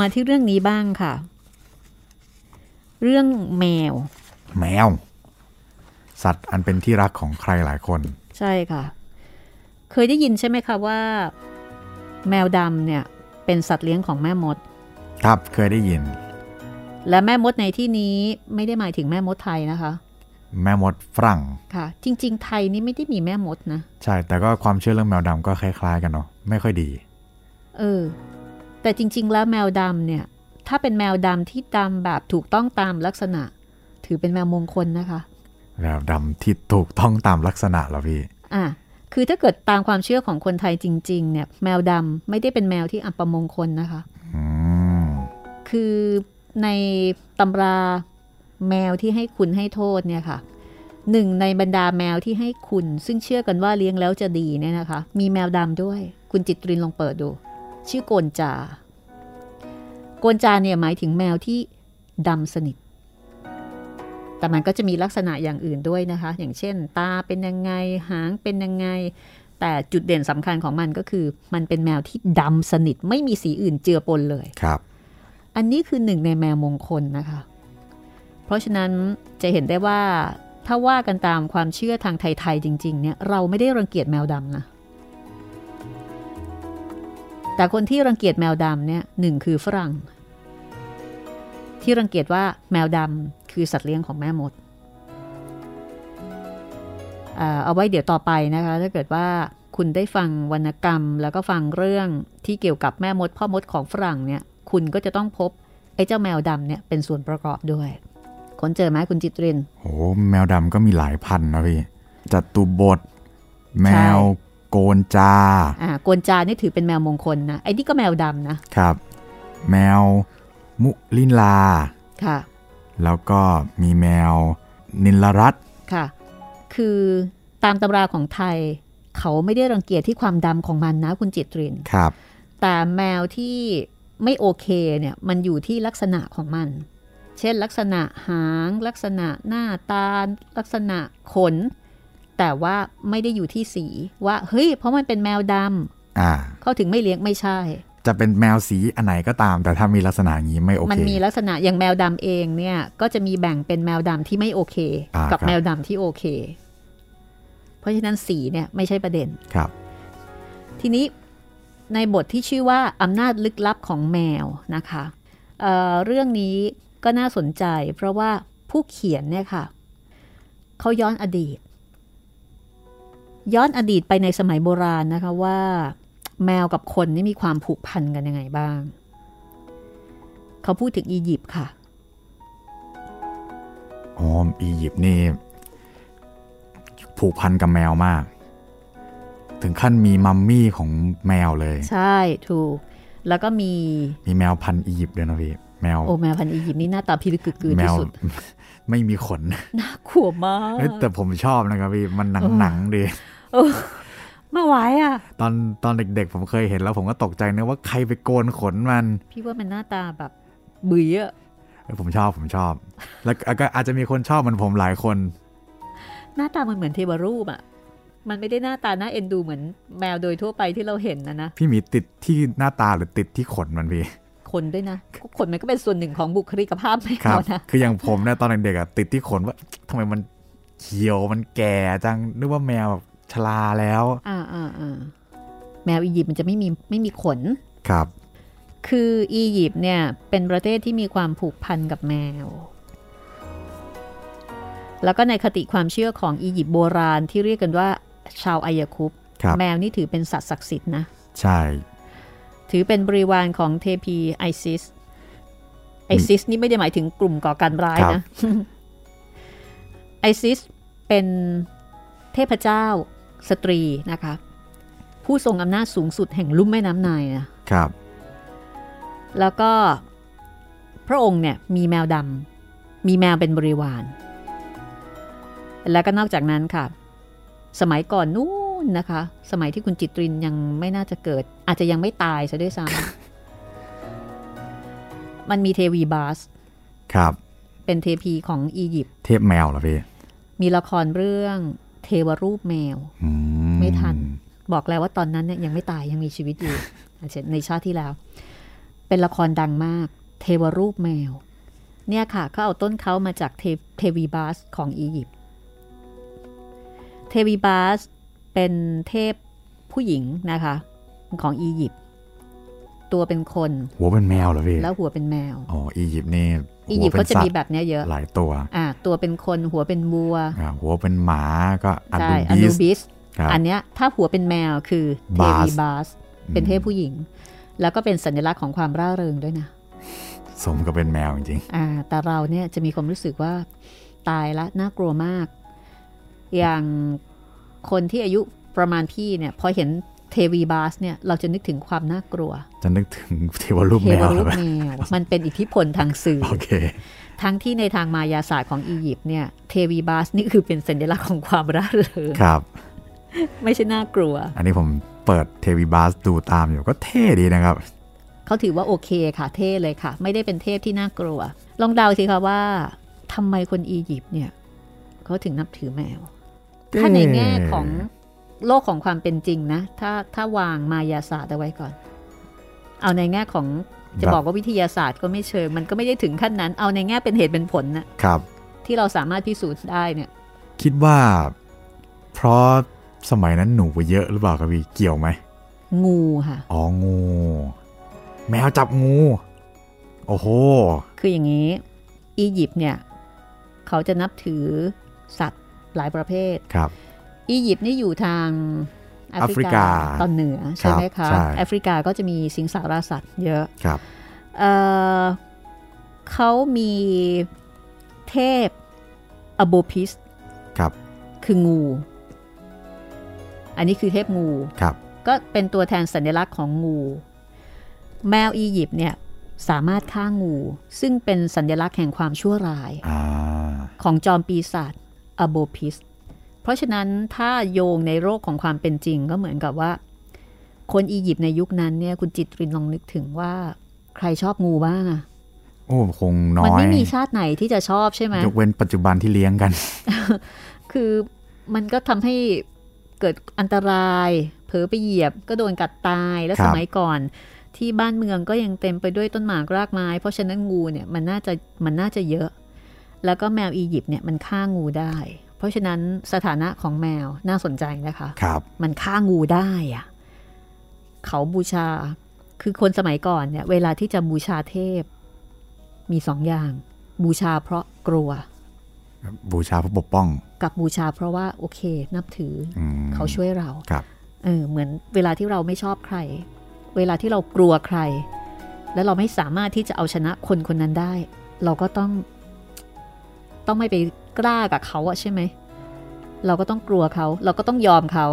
S2: มาที่เรื่องนี้บ้างค่ะ เรื่องแมว
S3: แมว สัตว์อันเป็นที่รักของใครหลายคน
S2: ใช่ค่ะ เคยได้ยินใช่ไหมคะว่า แมวดำเนี่ยเป็นสัตว์เลี้ยงของแม่มด
S3: ครับเคยได้ยิน
S2: และแม่มดในที่นี้ไม่ได้หมายถึงแม่มดไทยนะคะ
S3: แม่มดฝรั่ง
S2: ค่ะ จริง ๆ ไทยนี่ไม่ได้มีแม่มดนะ
S3: ใช่ แต่ก็ความเชื่อเรื่องแมวดำก็คล้ายๆกันเนาะไม่ค่อยดี
S2: เออ แต่จริง ๆ แล้วแมวดำเนี่ย ถ้าเป็นแมวดำที่ดำแบบถูกต้องตามลักษณะ ถือเป็นแมวมงคลนะคะ
S3: แมวดำที่ถูกต้องตามลักษณะเหรอพี่
S2: อ่ะคือถ้าเกิดตามความเชื่อของคนไทยจริง ๆ เนี่ย แมวดำไม่ได้เป็นแมวที่อัปมงคลนะคะ
S3: อืม
S2: คือในตำราแมวที่ให้คุณให้โทษเนี่ยค่ะหนึ่งในบรรดาแมวที่ให้คุณ ซึ่งเชื่อกันว่าเลี้ยงแล้วจะดีเนี่ยนะคะ มีแมวดำด้วย คุณจิตรินลองเปิดดู ชื่อโกนจา โกนจาเนี่ยหมายถึงแมวที่ดำสนิท แต่มันก็จะมีลักษณะอย่างอื่นด้วยนะคะ อย่างเช่น ตาเป็นยังไงหางเป็นยังไง แต่จุดเด่นสำคัญของมันก็คือ มันเป็นแมวที่ดำสนิท ไม่มีสีอื่นเจือปนเลย
S3: ครับ
S2: อันนี้คือหนึ่งในแมวมงคลนะคะ เพราะฉะนั้นจะเห็นได้ว่าถ้าว่ากันตามความเชื่อทางไทยๆจริงๆเนี่ยเราไม่ได้รังเกียจแมวดำนะ แต่คนที่รังเกียจแมวดำเนี่ยหนึ่งคือฝรั่ง ที่รังเกียจว่าแมวดำคือสัตว์เลี้ยงของแม่มดเอ่อเอาไว้เดี๋ยวต่อไปนะคะ ถ้าเกิดว่าคุณได้ฟังวรรณกรรม แล้วก็ฟังเรื่องที่เกี่ยวกับแม่มดพ่อมดของฝรั่งเนี่ย คุณก็จะต้องพบไอ้เจ้าแมวดำเนี่ยเป็นส่วนประกอบด้วย ค้นเจอไหมคุณจิตริน
S3: โอ้แมวดำก็มีหลายพันนะพี่จัตุบท แมวโกนจา
S2: อ่ากวนจานี่ถือเป็นแมวมงคลนะไอ้นี่ก็แมวดำนะครับ
S3: แมวมุลินลา
S2: ค่ะ
S3: แล้วก็มีแมวนินลรัตน์
S2: ค่ะ คือตามตำราของไทย เขาไม่ได้รังเกียจที่ความดำของมันนะคุณจิตริน
S3: ครับ
S2: แต่แมวที่ไม่โอเคเนี่ยมันอยู่ที่ลักษณะของมัน เช่นลักษณะหาง ลักษณะหน้าตา ลักษณะขน แต่ว่าไม่ได้อยู่ที่สีว่าเฮ้ยเพราะมันเป็นแมวด
S3: อ่า
S2: ำเขาถึงไม่เลี้ยงไม่ใช่
S3: จะเป็นแมวสีอันไหนก็ตาม แต่ถ้ามีลักษณะอย่างนี้ไม่โอ
S2: มั
S3: เค
S2: นมีลักษณะอย่างแมวดำเองเนี่ยก็จะมีแบ่งเป็นแมวดำที่ไม่โอเค
S3: อ่ากั
S2: กั
S3: ครับ
S2: แมวดำที่โอเค เพราะฉะนั้นสีเนี่ยไม่ใช่ประเด็น
S3: ครับ
S2: ทีนี้ในบทที่ชื่อว่าอำนาจลึกลับของแมวนะคะเอ่อเรื่องนี้ก็น่าสนใจ เพราะว่าผู้เขียนเนี่ยค่ะเขาย้อนอดีต ย้อนอดีตไปในสมัยโบราณนะคะว่า แมวกับคนนี่มีความผูกพันกันยังไงบ้าง เขาพูดถึงอียิปต์ค่ะ
S3: อ๋ออียิปต์นี่ ผูกพันกับแมวมาก ถึงขั้นมีมัมมี่ของแมวเลย
S2: ใช่ถูก แล้วก็มี
S3: มีแมวพันธุ์อียิปต์ด้วยนะพี่แมว
S2: โอแมวพันธุ์อียิปต์นี่หน้าตาพิลึกกึกกือ
S3: แม
S2: ที่
S3: ว
S2: สุด
S3: ไม่มีขน
S2: น่าขัวมาก
S3: เอ้ยแต่ผมชอบนะครับพี่มันหนังๆดี
S2: ไม่ไหวอ่ะ
S3: ตอนตอนเด็กๆ ผมเคยเห็นแล้วผมก็ตกใจนะว่าใครไปโกนขนมัน
S2: พี่ว่ามันหน้าตาแบบเบื่อ
S3: เอ้ยผมชอบผมชอบ แล้วก็ก็อาจจะมีคนชอบเหมันผมหลายคน
S2: หน้าตามันเหมือนเทวรูปอ่ะ มันไม่ได้หน้าตาน่าเอ็นดูเหมือนแมวโดยทั่วไปที่เราเห็นนะนะ
S3: พี่หมีติดที่หน้าตาหรือติดที่ขนมันพี่
S2: คนด้วยนะคนมันก็เป็นส่วนหนึ่งของบุคลิกภาพแม
S3: ครั
S2: ว
S3: บ
S2: นะ
S3: คืออย่างผมเนี่ยตอนเด็กๆอะติดที่ขนว่าทำไมมันเขียวมันแก่จังนึกว่าแมวแบบชราแล้ว
S2: อ่าอ่าอ่าแมวอียิปต์มันจะไม่มีไม่มีขน
S3: ครับ
S2: คืออียิปต์เนี่ยเป็นประเทศที่มีความผูกพันกับแมว แล้วก็ในคติความเชื่อของอียิปต์โบราณที่เรียกกันว่าชาวอายาคุป
S3: ครับ
S2: แมวนี่ถือเป็นสัตว์ศักดิ์สิทธิ์นะ
S3: ใช่
S2: ถือเป็นบริวารของเทพีไอซิส ไอซิสนี่ไม่ได้หมายถึงกลุ่มก่อการร้ายนะ ไอซิสเป็นเทพเจ้าสตรีนะคะ ผู้ทรงอำนาจสูงสุดแห่งลุ่มแม่น้ำไนายนะ
S3: ครับ
S2: แล้วก็พระองค์เนี่ยมีแมวดำมีแมวเป็นบริวาร แล้วก็นอกจากนั้นค่ะ สมัยก่อนนู่นนะคะ สมัยที่คุณจิตรินยังไม่น่าจะเกิด อาจจะยังไม่ตายซะด้วยซ้ำ มันมีเทวีบาส
S3: ครับ
S2: เป็นเทพีของอียิปต์
S3: เทพแมวเหรอพี่
S2: มีละครเรื่องเทวรูปแมว
S3: อื
S2: ไม่ทัน บอกแล้วว่าตอนนั้นเนี่ยยังไม่ตายยังมีชีวิต อยู่ อาจจะในชาติที่แล้ว เป็นละครดังมาก เทวรูปแมว เนี่ยค่ะเขาเอาต้นเขามาจากเทเทวีบาสของอียิปต์เทวีบาสเป็นเทพผู้หญิงนะคะของอียิปต์ตัวเป็นคน
S3: หัวเป็นแมวเหรอพี่
S2: แล้วหัวเป็นแมว
S3: อ๋ออียิปต์นี่
S2: อียิปต์
S3: หัวป็
S2: เขา
S3: น
S2: จะมี
S3: สัตว์
S2: แบบเนี้ยเยอะ
S3: หลายตัว
S2: อ่ะตัวเป็นคนหัวเป็นวัว
S3: อ่าหัวเป็นหมาก็อัน
S2: ใช่
S3: ดู
S2: อ
S3: บี
S2: นู
S3: ส
S2: บิส
S3: ครับ
S2: อันเนี้ยถ้าหัวเป็นแมวคือเทวี
S3: Bars
S2: บาสเป็นเทพผู้หญิง แล้วก็เป็นสัญลักษณ์ของความร่าเริงด้วยนะ
S3: สมกับเป็นแมวจริง
S2: อ่าแต่เราเนี่ยจะมีความรู้สึกว่าตายละน่ากลัวมาก อย่างคนที่อายุประมาณพี่เนี่ยพอเห็นเทวีบาสเนี่ยเราจะนึกถึงความน่ากลัว
S3: ๆ จะนึกถึงเทวรูป
S2: เท
S3: แม
S2: ว
S3: วเหรอ
S2: รูป
S3: พี่
S2: แมวมันเป็นอิทธิพลทางสื่อ
S3: โอเค
S2: ทั้งที่ในทางมายาศาสตร์ของอียิปต์เนี่ยเทวีบาสนี่คือเป็นสัญลักษณ์ของความร่าเริง
S3: ครับ
S2: ไม่ใช่น่ากลัว
S3: อันนี้ผมเปิดเทวีบาสดูตามอยู่ก็เท่ดีนะครับ
S2: เขาถือว่าโอเคค่ะเท่เลยค่ะ ไม่ได้เป็นเทพที่น่ากลัว ลองเดาสิคะว่าทำไมคนอียิปต์เนี่ยเขาถึงนับถือแมว ถ้าในแง่ของโลกของความเป็นจริงนะ ถ้าถ้าวางมายาศาสตร์เอาไว้ก่อน เอาในแง่ของ
S3: ค
S2: จะ
S3: รับ
S2: บอกว่าวิทยาศาสตร์ก็ไม่เชิง มันก็ไม่ได้ถึงขั้นนั้น เอาในแง่เป็นเหตุเป็นผลนะครับ ที่เราสามารถพิสูจน์ได้เนี่ย
S3: คิดว่า เพราะสมัยนั้นหนูเยอะหรือเปล่าครับพี่เกี่ยวไหม
S2: งูค่ะ
S3: อ๋องู แมวจับงู โอ้โห
S2: คืออย่างนี้ อียิปต์เนี่ยเขาจะนับถือสัตว์หลายประเภท
S3: ครับ
S2: อียิปต์นี่อยู่ทางแอฟริกา
S3: แอฟริกา
S2: ตอนเหนือใช่ไหม
S3: ครับ
S2: คะ
S3: ใช่
S2: แอฟริกาก็จะมีสิงสาราสัตว์เยอะ
S3: ครับ
S2: เอ่อเขามีเทพอโบพิส
S3: ครับ
S2: คืองู อันนี้คือเทพงู
S3: ครับ
S2: ก็เป็นตัวแทนสัญลักษณ์ของงู แมวอียิปต์เนี่ยสามารถฆ่างู ซึ่งเป็นสัญลักษณ์แห่งความชั่วร้าย
S3: อ่า
S2: ของจอมปีศาจอโบพิส เพราะฉะนั้นถ้าโยงในโรคของความเป็นจริงก็เหมือนกับว่า คนอียิปต์ในยุคนั้นเนี่ยคุณจิตรินลองนึกถึงว่า ใครชอบงูบ้างอะ
S3: โอ้คงน้อย
S2: มันไม่มีชาติไหนที่จะชอบใช่ไหม
S3: ยกเว้นปัจจุบันที่เลี้ยงกัน
S2: คือมันก็ทำให้เกิดอันตราย เผลอไปเหยียบก็โดนกัดตายและ
S3: ครับ
S2: สมัยก่อน ที่บ้านเมืองก็ยังเต็มไปด้วยต้นหมากรากไม้ เพราะฉะนั้นงูเนี่ยมันน่าจะมันน่าจะเยอะ แล้วก็แมวอียิปต์เนี่ยมันฆ่างูได้ เพราะฉะนั้นสถานะของแมวน่าสนใจนะคะ
S3: ครับ
S2: มันฆ่างูได้อะเขาบูชา คือคนสมัยก่อนเนี่ย เวลาที่จะบูชาเทพ มีสองอย่าง บูชาเพราะกลัว
S3: บูชาเพื่อปกป้อง
S2: กับบูชาเพราะว่าโอเค นับถืออ
S3: ม
S2: เขาช่วยเรา
S3: ครับ
S2: เออเหมือนเวลาที่เราไม่ชอบใคร เวลาที่เรากลัวใคร แล้วเราไม่สามารถที่จะเอาชนะคนคนนั้นได้ เราก็ต้อง ต้องไม่ไปกล้ากับเขาอะใช่ไหม เราก็ต้องกลัวเขา เราก็ต้องยอมเขา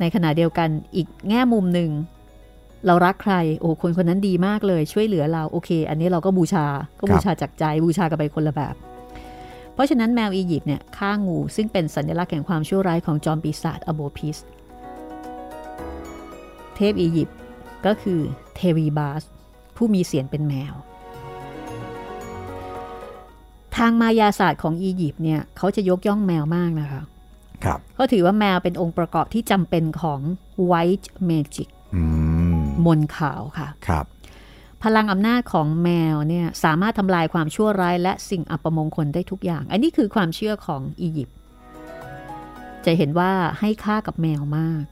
S2: ในขณะเดียวกันอีกแง่มุมหนึ่ง เรารักใคร โอ้คนคนนั้นดีมากเลย ช่วยเหลือเราโอเค อันนี้เราก็บูชา ก็บูชาจากใจบูชากันไปคนละแบบ เพราะฉะนั้นแมวอียิปต์เนี่ยฆ่างูซึ่งเป็นสัญลักษณ์แห่งความชั่วร้ายของจอมปีศาจอโบพิส เทพอียิปต์ก็คือเทวีบาส ผู้มีเสียงเป็นแมว ทางมายาศาสตร์ของอียิปต์เนี่ยเขาจะยกย่องแมวมากนะคะ
S3: ครับ
S2: ก็ถือว่าแมวเป็นองค์ประกอบที่จำเป็นของ White Magic
S3: อืม
S2: มนต์ขาวค่ะ
S3: ครับ
S2: พลังอำนาจของแมวเนี่ยสามารถทำลายความชั่วร้ายและสิ่งอัปมงคลได้ทุกอย่าง อันนี้คือความเชื่อของอียิปต์ จะเห็นว่าให้ค่ากับแมวมาก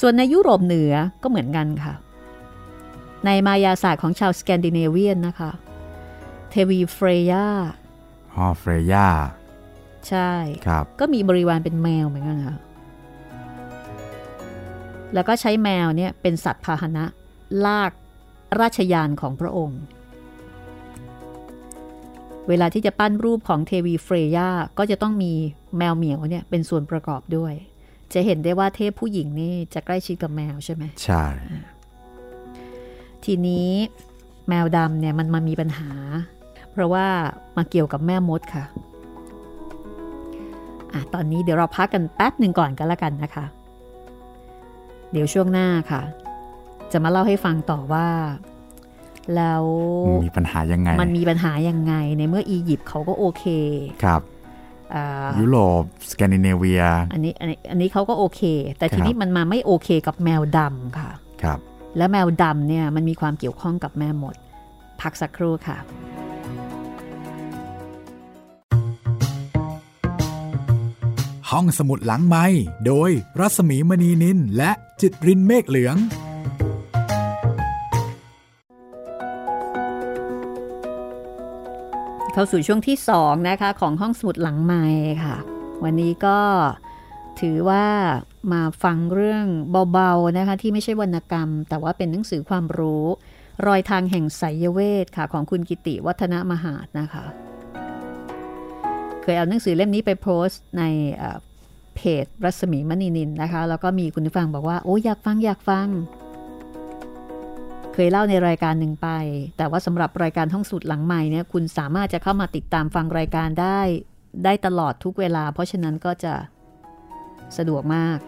S2: ส่วนในยุโรปเหนือก็เหมือนกันค่ะ ในมายาศาสตร์ของชาวสแกนดิเนเวียนนะคะ เทวีเฟรยา
S3: ฮอเฟรย่า
S2: ใช่
S3: ครับ
S2: ก็มีบริวารเป็นแมวเหมือนกันค่ะ แล้วก็ใช้แมวเนี่ยเป็นสัตว์พาหนะ ลากราชยานของพระองค์ เวลาที่จะปั้นรูปของเทวีเฟรยาก็จะต้องมีแมวเหมียวเนี่ยเป็นส่วนประกอบด้วย จะเห็นได้ว่าเทพผู้หญิงนี่จะใกล้ชิดกับแมวใช่ไหม
S3: ใช่
S2: ทีนี้แมวดำเนี่ยมันมามีปัญหา เพราะว่ามาเกี่ยวกับแม่มดค่ะอ่ะ ตอนนี้เดี๋ยวเราพักกันแป๊บหนึ่งก่อนก็แล้วกันนะคะ เดี๋ยวช่วงหน้าค่ะ จะมาเล่าให้ฟังต่อว่า แล้ว
S3: มีปัญหายังไง
S2: มันมีปัญหายังไง ในเมื่ออียิปต์เขาก็โอเค
S3: ครับ
S2: อ่า
S3: ยุโรป สแกนดิเนเวีย
S2: อันนี้อันนี้อันนี้เขาก็โอเค แต่ทีนี้มันมาไม่โอเคกับแมวดำค่ะ
S3: ครับ
S2: และแมวดำเนี่ยมันมีความเกี่ยวข้องกับแม่มด พักสักครู่ค่ะ
S1: ห้องสมุดหลังไม้โดยรัสมีมณีนินและจิตรินเมฆเหลือง
S2: เข้าสู่ช่วงที่ 2 นะคะ ของห้องสมุดหลังไม้ค่ะ วันนี้ก็ถือว่ามาฟังเรื่องเบาๆนะคะ ที่ไม่ใช่วรรณกรรม แต่ว่าเป็นหนังสือความรู้ รอยทางแห่งไสยเวทค่ะ ของคุณกิติวัฒนมหาดนะคะ เคยเอาหนังสือเล่มนี้ไปโพสต์ในเอ่อเพจรัศมีมณีนินนะคะ แล้วก็มีคุณผู้ฟังบอกว่า โอ้อยากฟังอยากฟัง เคยเล่าในรายการหนึ่งไป แต่ว่าสำหรับรายการห้องสุดหลังใหม่เนี่ยคุณสามารถจะเข้ามาติดตามฟังรายการได้ ได้ตลอดทุกเวลา เพราะฉะนั้นก็จะสะดวกมาก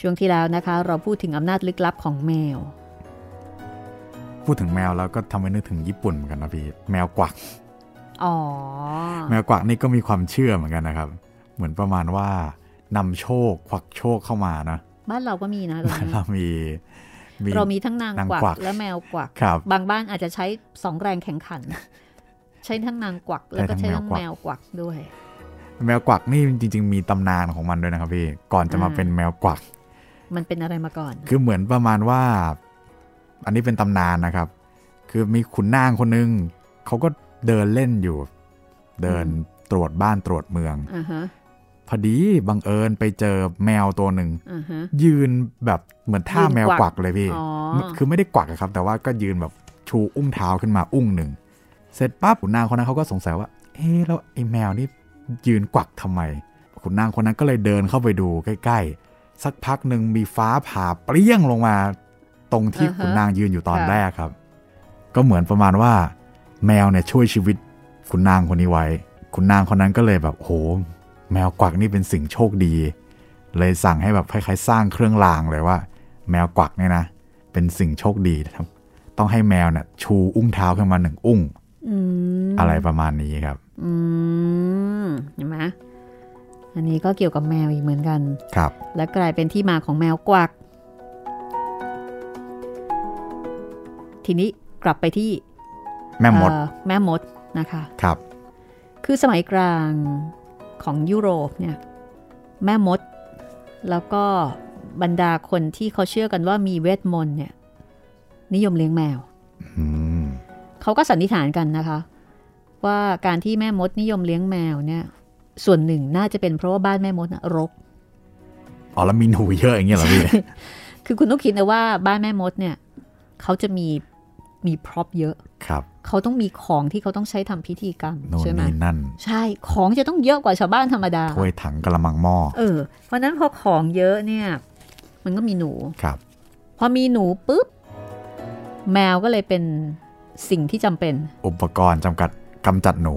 S2: ช่วงที่แล้วนะคะ เราพูดถึงอำนาจลึกลับของแมว
S3: พูดถึงแมวแล้วก็ทำให้นึกถึงญี่ปุ่นเหมือนกันนะพี่ แมวกวัก
S2: อ๋อ
S3: แมวกวักนี่ก็มีความเชื่อเหมือนกันนะครับ เหมือนประมาณว่านำโชค ควักโชคเข้ามานะ
S2: บ้านเราก็มีนะตรงนี้
S3: เรามีมี
S2: เรามีทั้งนาง
S3: นาง
S2: กวัก
S3: กวัก
S2: และแมวกวัก
S3: ครับ
S2: บางบ้านอาจจะใช้สองแรงแข่งขัน ใช้ทั้งนางกวัก แล้วก็
S3: ใช้
S2: ใช้
S3: ทั้
S2: ทั้
S3: ง
S2: ง
S3: แมวกวัก
S2: แมวกวักด้วย
S3: แมวกวักนี่จริง ๆ มีตำนานของมันด้วยนะครับพี่ ก่อนจะมา
S2: อ่า
S3: เป็นแมวกวัก
S2: มันเป็นอะไรมาก่อน
S3: คือเหมือนประมาณว่า อันนี้เป็นตำนานนะครับ คือมีขุนนางคนหนึงเขาก็เดินเล่นอยู่ เดินตรวจบ้านตรวจเมือง
S2: อ่าฮะ
S3: พอดีบังเอิญไปเจอแมวตัวหนึ่ง
S2: อ่าฮะ
S3: ยืนแบบเหมือนท่าแมวกวักเลยพี่
S2: อ๋อ
S3: คือไม่ได้กวักอะครับ แต่ว่าก็ยืนแบบชูอุ้งเท้าขึ้นมาอุ้งหนึ่ง เสร็จปั๊บขุนนางคนนั้นเขาก็สงสัยว่า เอ๊ะแล้วไอ้แมวนี่ยืนกวักทำไมขุนนางคนนั้นก็เลยเดินเข้าไปดูใกล้ๆ สักพักหนึ่งมีฟ้าผ่าเปรี้ยงลงมา ตรงที่
S2: อ่าฮะ
S3: ขุนนางยืนอยู่ตอน
S2: ค่ะ
S3: แรกครับ ก็เหมือนประมาณว่า แมวเนี่ยช่วยชีวิตขุนนางคนนี้ไว้ ขุนนางคนนั้นก็เลยแบบโห แมวกวักนี่เป็นสิ่งโชคดี เลยสั่งให้แบบคล้ายๆสร้างเครื่องรางเลยว่า แมวกวักเนี่ยนะ เป็นสิ่งโชคดีนะครับต้องให้แมวเนี่ยชูอุ้งเท้าขึ้นมาหนึ่งอุ้ง
S2: อืม
S3: อะไรประมาณนี้ครับ
S2: อืมเห็นไหมอันนี้ก็เกี่ยวกับแมวอีกเหมือนกัน
S3: ครับ
S2: และกลายเป็นที่มาของแมวกวัก ทีนี้กลับไปที่
S3: แม่มด
S2: เอ่อแม่มดนะคะ
S3: ครับ
S2: คือสมัยกลางของยุโรปเนี่ยแม่มด แล้วก็บรรดาคนที่เขาเชื่อกันว่ามีเวทมนต์เนี่ยนิยมเลี้ยงแมว
S3: อืม
S2: เขาก็สันนิษฐานกันนะคะ ว่าการที่แม่มดนิยมเลี้ยงแมวเนี่ยส่วนหนึ่งน่าจะเป็นเพราะว่าบ้านแม่มดน่ะรก
S3: อ๋อแล้วมีหนูเยอะอย่างเงี้ยเหรอพี่
S2: คือคุณต้องคิดนะว่าบ้านแม่มดเนี่ยเขาจะมีมีพร็อพเยอะ
S3: ครับ
S2: เขาต้องมีของที่เขาต้องใช้ทำพิธีกรรม
S3: โน่น
S2: ใช่ไหม
S3: นี่นั่น
S2: ใช่ของจะต้องเยอะกว่าชาวบ้านธรรมดา
S3: ถ้วยถังกระมังหม้อ
S2: เออเพราะฉะนั้นพอของเยอะเนี่ย มันก็มีหนู
S3: ครับ
S2: พอมีหนูปุ๊บ แมวก็เลยเป็นสิ่งที่จำเป็น
S3: อุปกรณ์จำกัดกำจัดหนู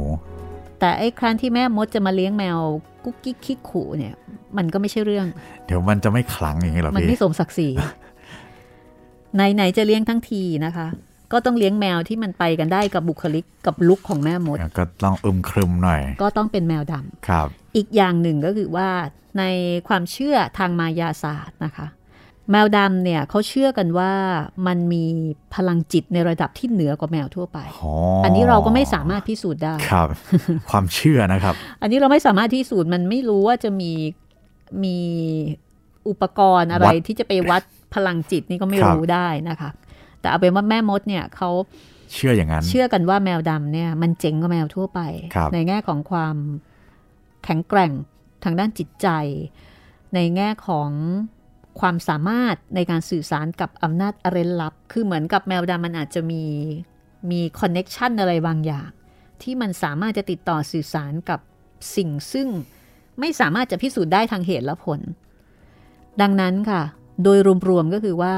S2: แต่ไอ้ครั้นที่แม่มดจะมาเลี้ยงแมวกุ๊กกิ๊กคิกขู่เนี่ย มันก็ไม่ใช่เรื่อง
S3: เดี๋ยวมันจะไม่ขลังอย่างเงี้ยเหรอ
S2: มัน
S3: พี่
S2: ไม่สมศักดิ์ศรี ไหนๆจะเลี้ยงทั้งทีนะคะ ก็ต้องเลี้ยงแมวที่มันไปกันได้กับบุคลิกกับลุคของแม่มด
S3: ก็ต้องอึมครึมหน่อย
S2: ก็ต้องเป็นแมวดำ
S3: ครับ
S2: อีกอย่างหนึ่งก็คือว่าในความเชื่อทางมายาศาสตร์นะคะ แมวดำเนี่ยเขาเชื่อกันว่ามันมีพลังจิตในระดับที่เหนือกว่าแมวทั่วไป
S3: อ๋อ
S2: อั
S3: อั
S2: นนี้เราก็ไม่สามารถพิสูจน์ได้
S3: ครับ ความเชื่อนะครับ
S2: อันนี้เราไม่สามารถพิสูจน์มันไม่รู้ว่าจะมีมีอุปกรณ์อะไร
S3: วัด
S2: ที่จะไปวัดพลังจิตนี่ก็ไม่
S3: ครับ
S2: รู้ได้นะคะ แต่เอาเป็นว่าแม่มดเนี่ยเขา
S3: เชื่ออย่างนั้น
S2: เชื่อกันว่าแมวดำเนี่ยมันเจ๋งกว่าแมวทั่วไป
S3: ครับ
S2: ในแง่ของความแข็งแกร่งทางด้านจิตใจ ในแง่ของความสามารถในการสื่อสารกับอำนาจอเร้นลับ คือเหมือนกับแมวดำมันอาจจะมีมีคอนเน็กชันอะไรบางอย่าง ที่มันสามารถจะติดต่อสื่อสารกับสิ่งซึ่งไม่สามารถจะพิสูจน์ได้ทางเหตุและผล ดังนั้นค่ะ โดยรวมๆก็คือว่า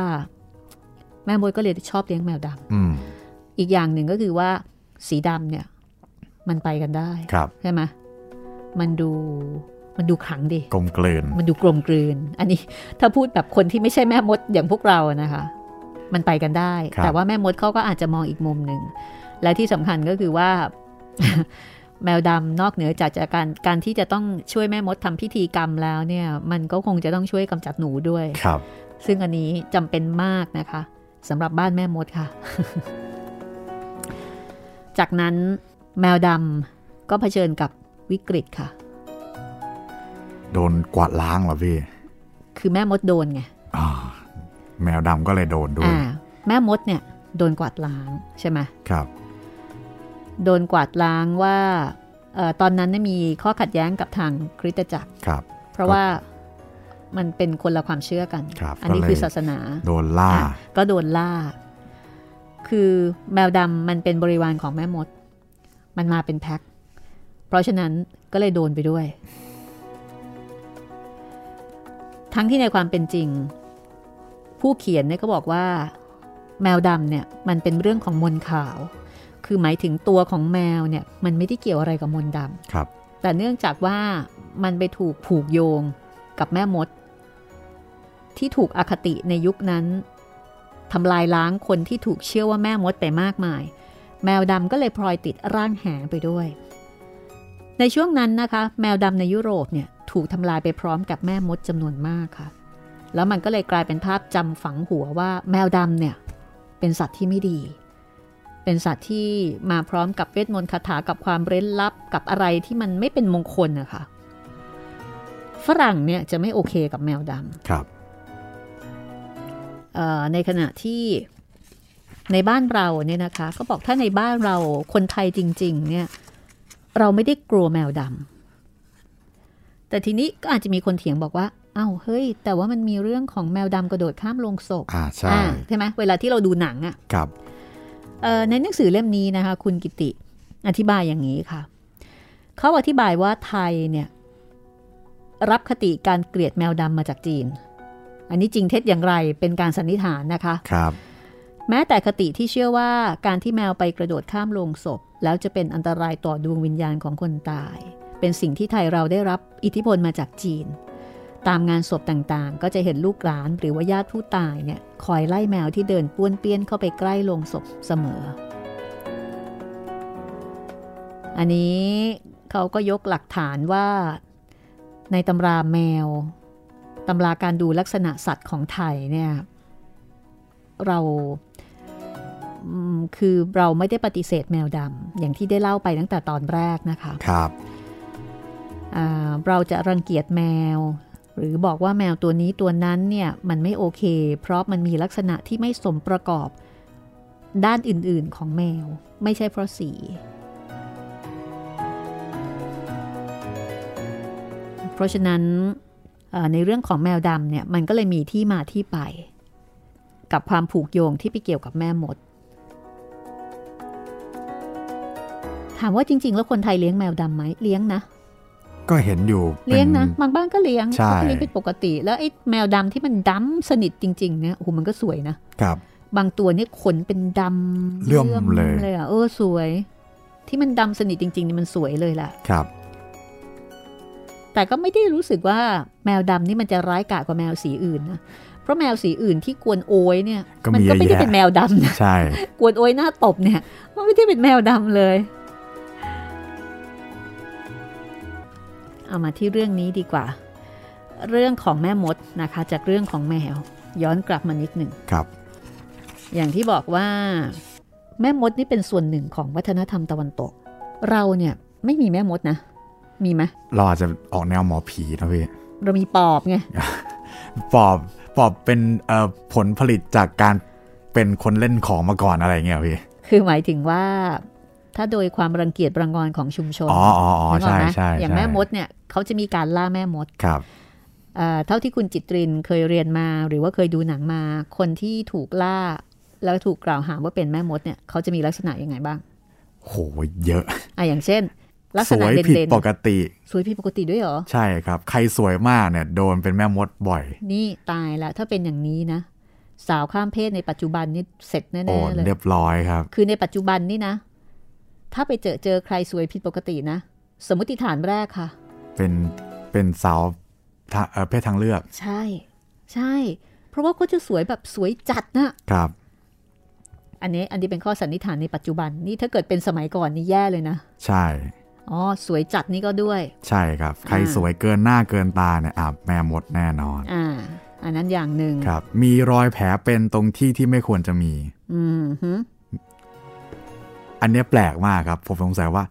S2: แม่มดก็เลยชอบเลี้ยงแมวดำ
S3: อืม
S2: อีกอย่างหนึ่งก็คือว่าสีดำเนี่ย มันไปกันได้
S3: ครับ
S2: ใช่ไหมมันดูมันดูขลังดิ
S3: กลมกลืน
S2: มันดูกลมกลืน อันนี้ถ้าพูดแบบคนที่ไม่ใช่แม่มดอย่างพวกเรานะคะ มันไปกันได้ แต่ว่าแม่มดเขาก็อาจจะมองอีกมุมหนึ่ง และที่สำคัญก็คือว่า แมวดำนอกเหนือจากจากการการที่จะต้องช่วยแม่มดทำพิธีกรรมแล้วเนี่ย มันก็คงจะต้องช่วยกำจัดหนูด้วย
S3: ครับ
S2: ซึ่งอันนี้จำเป็นมากนะคะสำหรับบ้านแม่มดค่ะ จากนั้นแมวดำก็เผชิญกับวิกฤตค่ะ
S3: โดนกวาดล้างเหรอพี่
S2: คือแม่มดโดนไง
S3: อ่าแมวดำก็เลยโดนด้วย
S2: อ่าแม่มดเนี่ยโดนกวาดล้างใช่ไหม
S3: ครับ
S2: โดนกวาดล้างว่าเออตอนนั้นเนี่ยมีข้อขัดแย้งกับทางคริสตจักร
S3: ครับ
S2: เพราะว่ามันเป็นคนละความเชื่อกัน
S3: ครับ
S2: อันนี้
S3: ก็เลย
S2: คือศาสนา
S3: โดนล่า
S2: อ่ะก็โดนล่า คือแมวดำมันเป็นบริวารของแม่มด มันมาเป็นแพ็ค เพราะฉะนั้นก็เลยโดนไปด้วย ทั้งที่ในความเป็นจริง ผู้เขียนเนี่ยก็บอกว่า แมวดำเนี่ยมันเป็นเรื่องของมนต์ขาว คือหมายถึงตัวของแมวเนี่ยมันไม่ได้เกี่ยวอะไรกับมนต์ดำ
S3: ครับ
S2: แต่เนื่องจากว่ามันไปถูกผูกโยงกับแม่มด ที่ถูกอคติในยุคนั้นทำลายล้างคนที่ถูกเชื่อว่าแม่มดไปมากมาย แมวดำก็เลยพลอยติดร่างแหไปด้วย ในช่วงนั้นนะคะ แมวดำในยุโรปเนี่ยถูกทำลายไปพร้อมกับแม่มดจำนวนมากค่ะ แล้วมันก็เลยกลายเป็นภาพจำฝังหัวว่าแมวดำเนี่ยเป็นสัตว์ที่ไม่ดี เป็นสัตว์ที่มาพร้อมกับเวทมนต์คาถากับความเร้นลับกับอะไรที่มันไม่เป็นมงคลนะคะฝรั่งเนี่ยจะไม่โอเคกับแมวดำ
S3: ครับ
S2: เอ่อในขณะที่ในบ้านเราเนี่ยนะคะ ก็บอกถ้าในบ้านเราคนไทยจริง ๆ เนี่ย เราไม่ได้กลัวแมวดำแต่ทีนี้ก็อาจจะมีคนเถียงบอกว่าอ้าวเฮ้ย แต่ว่ามันมีเรื่องของแมวดำกระโดดข้ามโลงศพ
S3: อ่าใช่
S2: อ่าใช่ไหมเวลาที่เราดูหนังอะ
S3: ครับ
S2: เอ่อในหนังสือเล่มนี้นะคะ คุณกิติอธิบายอย่างนี้ค่ะ เขาอธิบายว่าไทยเนี่ย รับคติการเกลียดแมวดำมาจากจีน อันนี้จริงเท็จอย่างไรเป็นการสันนิษฐานนะคะ
S3: ครับ
S2: แม้แต่คติที่เชื่อว่าการที่แมวไปกระโดดข้ามโลงศพ แล้วจะเป็นอันตรายต่อดวงวิญญาณของคนตาย เป็นสิ่งที่ไทยเราได้รับอิทธิพลมาจากจีน ตามงานศพต่างๆ ก็จะเห็นลูกหลานหรือว่าญาติผู้ตายเนี่ยคอยไล่แมวที่เดินป้วนเปี้ยนเข้าไปใกล้โลงศพเสมอ อันนี้เขาก็ยกหลักฐานว่าในตำราแมวตำราการดูลักษณะสัตว์ของไทยเนี่ยเรา อืมคือเราไม่ได้ปฏิเสธแมวดำอย่างที่ได้เล่าไปตั้งแต่ตอนแรกนะคะ
S3: ครับ
S2: อ่าเราจะรังเกียจแมว หรือบอกว่าแมวตัวนี้ตัวนั้นเนี่ยมันไม่โอเค เพราะมันมีลักษณะที่ไม่สมประกอบด้านอื่นๆของแมว ไม่ใช่เพราะสี เพราะฉะนั้นเอ่อในเรื่องของแมวดำเนี่ยมันก็เลยมีที่มาที่ไป กับความผูกโยงที่ไปเกี่ยวกับแม่มด ถามว่าจริง ๆ แล้วคนไทยเลี้ยงแมวดำไหมเลี้ยงนะ
S3: ก็เห็นอยู่ป็
S2: เลี้ยงนะบางบ้านก็เลี้ยง
S3: ใช่
S2: เขาก็เลี้ยงเป็นปกติ แล้วไอ้แมวดำที่มันดำสนิทจริงๆเนี่ยโอ้โหมันก็สวยนะ
S3: ครับ
S2: บางตัวเนี่ยขนเป็นดำ
S3: เลื่อมเลย
S2: อะเออสวย ที่มันดำสนิทจริงๆนี่มันสวยเลยแหละ
S3: ครับ
S2: แต่ก็ไม่ได้รู้สึกว่าแมวดำนี่มันจะร้ายกาจกว่าแมวสีอื่นนะเพราะแมวสีอื่นที่กวนโอยเนี่ย
S3: ก็
S2: มั
S3: มีเย
S2: ก็
S3: อะ
S2: ไม่ได้
S3: แยะ
S2: เป็นแมวดำนะ
S3: ใช่
S2: กวนโอยหน้าตบเนี่ย มันไม่ได้เป็นแมวดำเลย เอามาที่เรื่องนี้ดีกว่า เรื่องของแม่มดนะคะ จากเรื่องของแมว ย้อนกลับมานิดหนึ่ง
S3: ครับ
S2: อย่างที่บอกว่า แม่มดนี่เป็นส่วนหนึ่งของวัฒนธรรมตะวันตก เราเนี่ยไม่มีแม่มดนะ มีไหม
S3: เราอาจจะออกแนวหมอผีนะพี่
S2: เรามีปอบไง
S3: ปอบปอบเป็นเอ่อผลผลิตจากการเป็นคนเล่นของมาก่อนอะไรเงี้ยเหรอพี่
S2: คือหมายถึงว่า ถ้าโดยความรังเกียจรังงอนของชุมชน
S3: อ๋ออ๋ออ๋อ
S2: นึกก
S3: ใช่
S2: ไหม
S3: ใช่
S2: อย่าง
S3: ใช่
S2: แม่มดเนี่ยเขาจะมีการล่าแม่มด
S3: ครับ
S2: เอ่อเท่าที่คุณจิตรินเคยเรียนมาหรือว่าเคยดูหนังมา คนที่ถูกล่า แล้วถูกกล่าวหาว่าเป็นแม่มดเนี่ยเขาจะมีลักษณะยังไงบ้าง
S3: โหเยอะ
S2: อ่ะอย่างเช่น ลักษ
S3: ส
S2: ณะ
S3: วย
S2: เด่
S3: ผิด
S2: น
S3: ปกติ
S2: ๆสวยผิดปกติด้วยเหรอ
S3: ใช่ครับ ใครสวยมากเนี่ย โดนเป็นแม่มดบ่อย
S2: นี่ตายละถ้าเป็นอย่างนี้นะ สาวข้ามเพศในปัจจุบันนี่เสร็จแน่
S3: โอ้
S2: ๆเลย
S3: เรียบร้อยครับ
S2: คือในปัจจุบันนี่นะ ถ้าไปเจอเจอใครสวยผิดปกตินะ สมมติฐานแรกค่ะ
S3: เป็นเป็นสาวทะเอ่อเพศทางเลือก
S2: ใช่ ใช่ เพราะว่าเขาจะสวยแบบสวยจัดนะ
S3: ครับ
S2: อันนี้อันนี้เป็นข้อสันนิษฐานในปัจจุบันนี่ถ้าเกิดเป็นสมัยก่อนนี่แย่เลยนะ
S3: ใช่
S2: อ๋อ สวยจัดนี่ก็ด้วย
S3: ใช่ครับ ใคร
S2: อ่า
S3: สวยเกินหน้าเกินตาเนี่ยอ่ะแม่มดแน่นอน
S2: อ่า อันนั้นอย่างหนึ่ง
S3: ครับ มีรอยแผลเป็นตรงที่ที่ไม่ควรจะมี
S2: อืมฮึ
S3: อันเนี้ยแปลกมากครับ ผมสงสัยว่า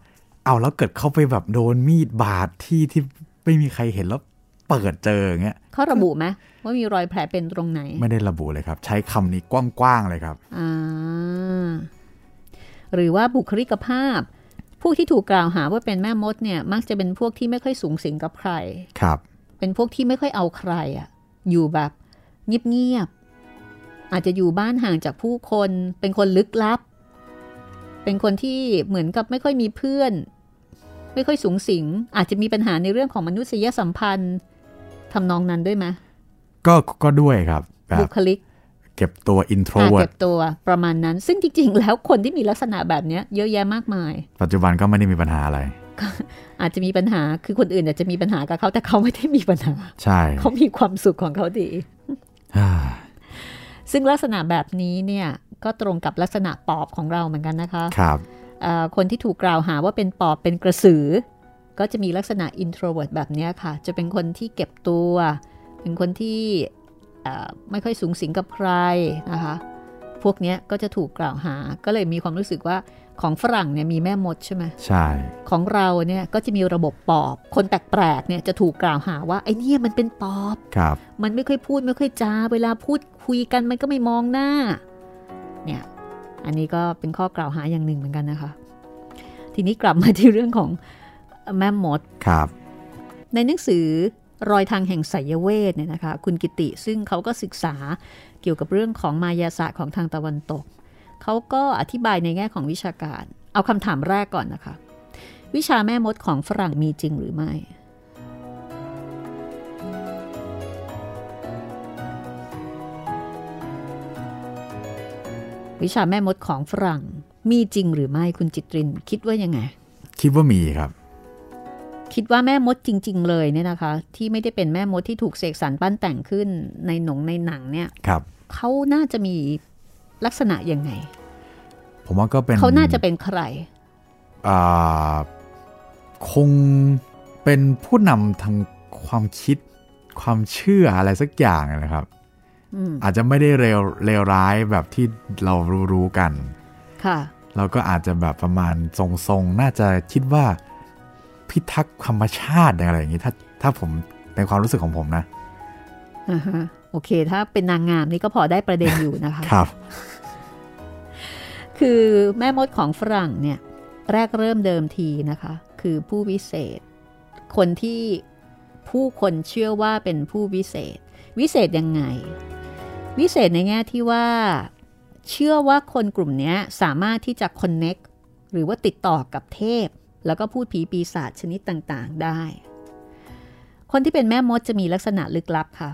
S3: เอาแล้วเกิดเข้าไปแบบโดนมีดบาดที่ที่ไม่มีใครเห็นแล้วเปิดเจออย่างเงี้ย
S2: เขาระบุไหมว่ามีรอยแผลเป็นตรงไหน
S3: ไม่ได้ระบุเลยครับ ใช้คำนี้กว้างๆเลยครับ
S2: อ่า หรือว่าบุคลิกภาพ ผู้ที่ถูกกล่าวหาว่าเป็นแม่มดเนี่ย มักจะเป็นพวกที่ไม่ค่อยสูงสิงกับใคร
S3: ครับ
S2: เป็นพวกที่ไม่ค่อยเอาใครอ่ะ อยู่แบบเงียบๆ อาจจะอยู่บ้านห่างจากผู้คน เป็นคนลึกลับ เป็นคนที่เหมือนกับไม่ค่อยมีเพื่อน ไม่ค่อยสูงสิง อาจจะมีปัญหาในเรื่องของมนุษยสัมพันธ์ทำนองนั้นด้วยไหม
S3: ก็ก็ด้วยครับ แบบ
S2: ุ
S3: บ
S2: คลิก
S3: เก็บตัว
S2: อา
S3: introvert
S2: เก็บตัวประมาณนั้น ซึ่งจริงๆ แล้วคนที่มีลักษณะแบบเนี้ยเยอะแยะมากมาย
S3: ปัจจุบันก็ไม่ได้มีปัญหาอะไร
S2: อาจจะมีปัญหาคือคนอื่นอาจจะมีปัญหากับเขาแต่เขาไม่ได้มีปัญหา
S3: ใช่
S2: เขามีความสุขของเขาดี
S3: อ่า
S2: ซึ่งลักษณะแบบนี้เนี่ยก็ตรงกับลักษณะปอบของเราเหมือนกันนะคะ
S3: ครับ
S2: เอ่อคนที่ถูกกล่าวหาว่าเป็นปอบเป็นกระสือ ก็จะมีลักษณะ introvert แบบเนี้ยค่ะ จะเป็นคนที่เก็บตัว เป็นคนที่เอ่อไม่ค่อยสูงสิงกับใครนะคะ พวกเนี้ยก็จะถูกกล่าวหา ก็เลยมีความรู้สึกว่าของฝรั่งเนี่ยมีแม่มดใช่ไหม
S3: ใช่
S2: ของเราเนี่ยก็จะมีระบบปอบ คนแปลกๆเนี่ยจะถูกกล่าวหาว่าไอ้เนี่ยมันเป็นปอบ
S3: ครับ
S2: มันไม่ค่อยพูดไม่ค่อยจาเวลาพูดคุยกันมันก็ไม่มองหน้า เนี่ย อันนี้ก็เป็นข้อกล่าวหาอย่างหนึ่งเหมือนกันนะคะ ทีนี้กลับมาที่เรื่องของแม่มด
S3: ครับ
S2: ในหนังสือรอยทางแห่งไสยเวทเนี่ยนะคะ คุณกิติซึ่งเขาก็ศึกษาเกี่ยวกับเรื่องของมายาศาสตร์ของทางตะวันตก เขาก็อธิบายในแง่ของวิชาการ เอาคำถามแรกก่อนนะคะ วิชาแม่มดของฝรั่งมีจริงหรือไม่ วิชาแม่มดของฝรั่งมีจริงหรือไม่คุณจิตรินคิดว่ายังไง
S3: คิดว่ามีครับ
S2: คิดว่าแม่มดจริง ๆ เลยเนี่ยนะคะ ที่ไม่ได้เป็นแม่มดที่ถูกเสกสรรปั้นแต่งขึ้นในหนงในหนังเนี่ย
S3: ครับ
S2: เขาน่าจะมีลักษณะยังไง
S3: ผมว่าก็เป็น
S2: เขาน่าจะเป็นใคร
S3: อ่าคงเป็นผู้นำทางความคิด ความเชื่ออะไรสักอย่างนะครับ
S2: อืม
S3: อาจจะไม่ได้เลวเลวร้ายแบบที่เรารู้รู้ๆกัน
S2: ค่ะ
S3: เราก็อาจจะแบบประมาณทรงๆ น่าจะคิดว่าพิทักษ์ธรรมชาติอะไรอย่างนี้ ถ้าถ้าผมในความรู้สึกของผมนะ
S2: อ่าฮะโอเค ถ้าเป็นนางงามนี่ก็พอได้ประเด็นอยู่นะคะ
S3: ครับ
S2: คือแม่มดของฝรั่งเนี่ยแรกเริ่มเดิมทีนะคะ คือผู้วิเศษ คนที่ ผู้คนเชื่อว่าเป็นผู้วิเศษ วิเศษยังไง วิเศษในแง่ที่ว่า เชื่อว่าคนกลุ่มเนี้ยสามารถที่จะคอนเน็กหรือว่าติดต่อกับเทพ แล้วก็พูดผีปีศาจชนิดต่างๆได้ คนที่เป็นแม่มดจะมีลักษณะลึกลับค่ะ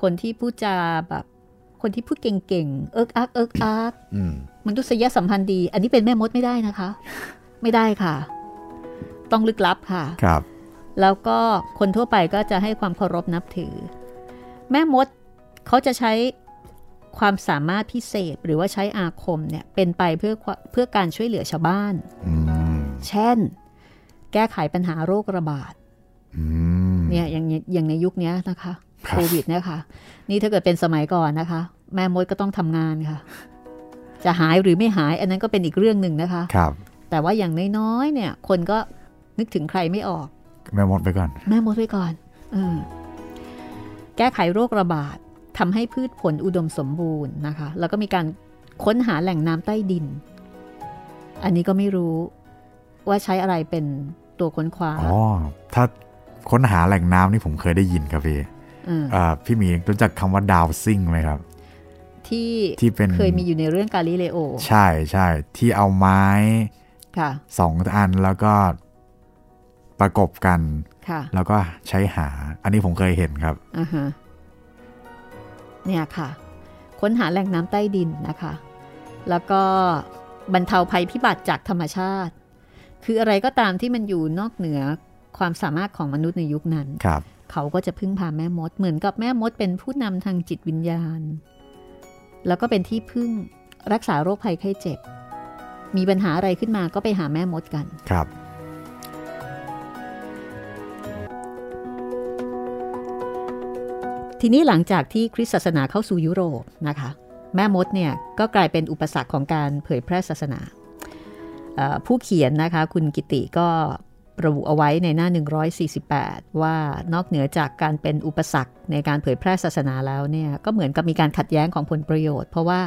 S2: คนที่พูดจาแบบ คนที่พูดเก่งๆ เอิกอักเอิกอัก
S3: อืม
S2: มนุษยสัมพันธ์ดี อันนี้เป็นแม่มดไม่ได้นะคะ ไม่ได้ค่ะ ต้องลึกลับค่ะ
S3: ครับ
S2: แล้วก็คนทั่วไปก็จะให้ความเคารพนับถือ แม่มดเขาจะใช้ความสามารถพิเศษหรือว่าใช้อาคมเนี่ยเป็นไปเพื่อเพื่อการช่วยเหลือชาวบ้าน
S3: อืม
S2: เช่น แก้ไขปัญหาโรคระบาด
S3: อืม
S2: เนี่ยอย่างในอย่างในยุคเนี้ยนะคะ
S3: ครับ
S2: โควิดเนี่ยค่ะ นี่ถ้าเกิดเป็นสมัยก่อนนะคะ แม่มดก็ต้องทำงานค่ะ จะหายหรือไม่หาย อันนั้นก็เป็นอีกเรื่องหนึ่งนะคะ
S3: ครับ
S2: แต่ว่าอย่างน้อยๆเนี่ย คนก็นึกถึงใครไม่ออก
S3: แม่มดไปก่อน
S2: แม่มดไว้ก่อนเออแก้ไขโรคระบาดทำให้พืชผลอุดมสมบูรณ์นะคะ แล้วก็มีการค้นหาแหล่งน้ำใต้ดิน อันนี้ก็ไม่รู้ว่าใช้อะไรเป็นตัวค้นคว้า
S3: อ๋อ ถ้าค้นหาแหล่งน้ำนี่ผมเคยได้ยินครับพี่
S2: เออ
S3: อ่าพี่หมีรู้จักคำว่าดาวซิ่งไหมครับ
S2: ที่
S3: ที่เป็น
S2: เคยมีอยู่ในเรื่องกาลิเลโอ
S3: ใช่ใช่ที่เอาไม้
S2: ค่ะ
S3: สองอันแล้วก็ประกบกัน
S2: ค่ะ
S3: แล้วก็ใช้หา อันนี้ผมเคยเห็นครับ
S2: อ่าฮะเนี่ยค่ะ ค้นหาแหล่งน้ำใต้ดินนะคะ แล้วก็บรรเทาภัยพิบัติจากธรรมชาติ คืออะไรก็ตามที่มันอยู่นอกเหนือความสามารถของมนุษย์ในยุคนั้น
S3: ครับ
S2: เขาก็จะพึ่งพาแม่มด เหมือนกับแม่มดเป็นผู้นำทางจิตวิญญาณ แล้วก็เป็นที่พึ่งรักษาโรคภัยไข้เจ็บ มีปัญหาอะไรขึ้นมาก็ไปหาแม่มดกัน
S3: ครับ
S2: ทีนี้หลังจากที่คริสต์ศาสนาเข้าสู่ยุโรปนะคะ แม่มดเนี่ยก็กลายเป็นอุปสรรคของการเผยแพร่ศาสนาเอ่อผู้เขียนนะคะ คุณกิติก็ระบุเอาไว้ในหน้า 148 ว่านอกเหนือจากการเป็นอุปสรรคในการเผยแพร่ศาสนาแล้วเนี่ยก็เหมือนกับมีการขัดแย้งของผลประโยชน์ เพราะว่า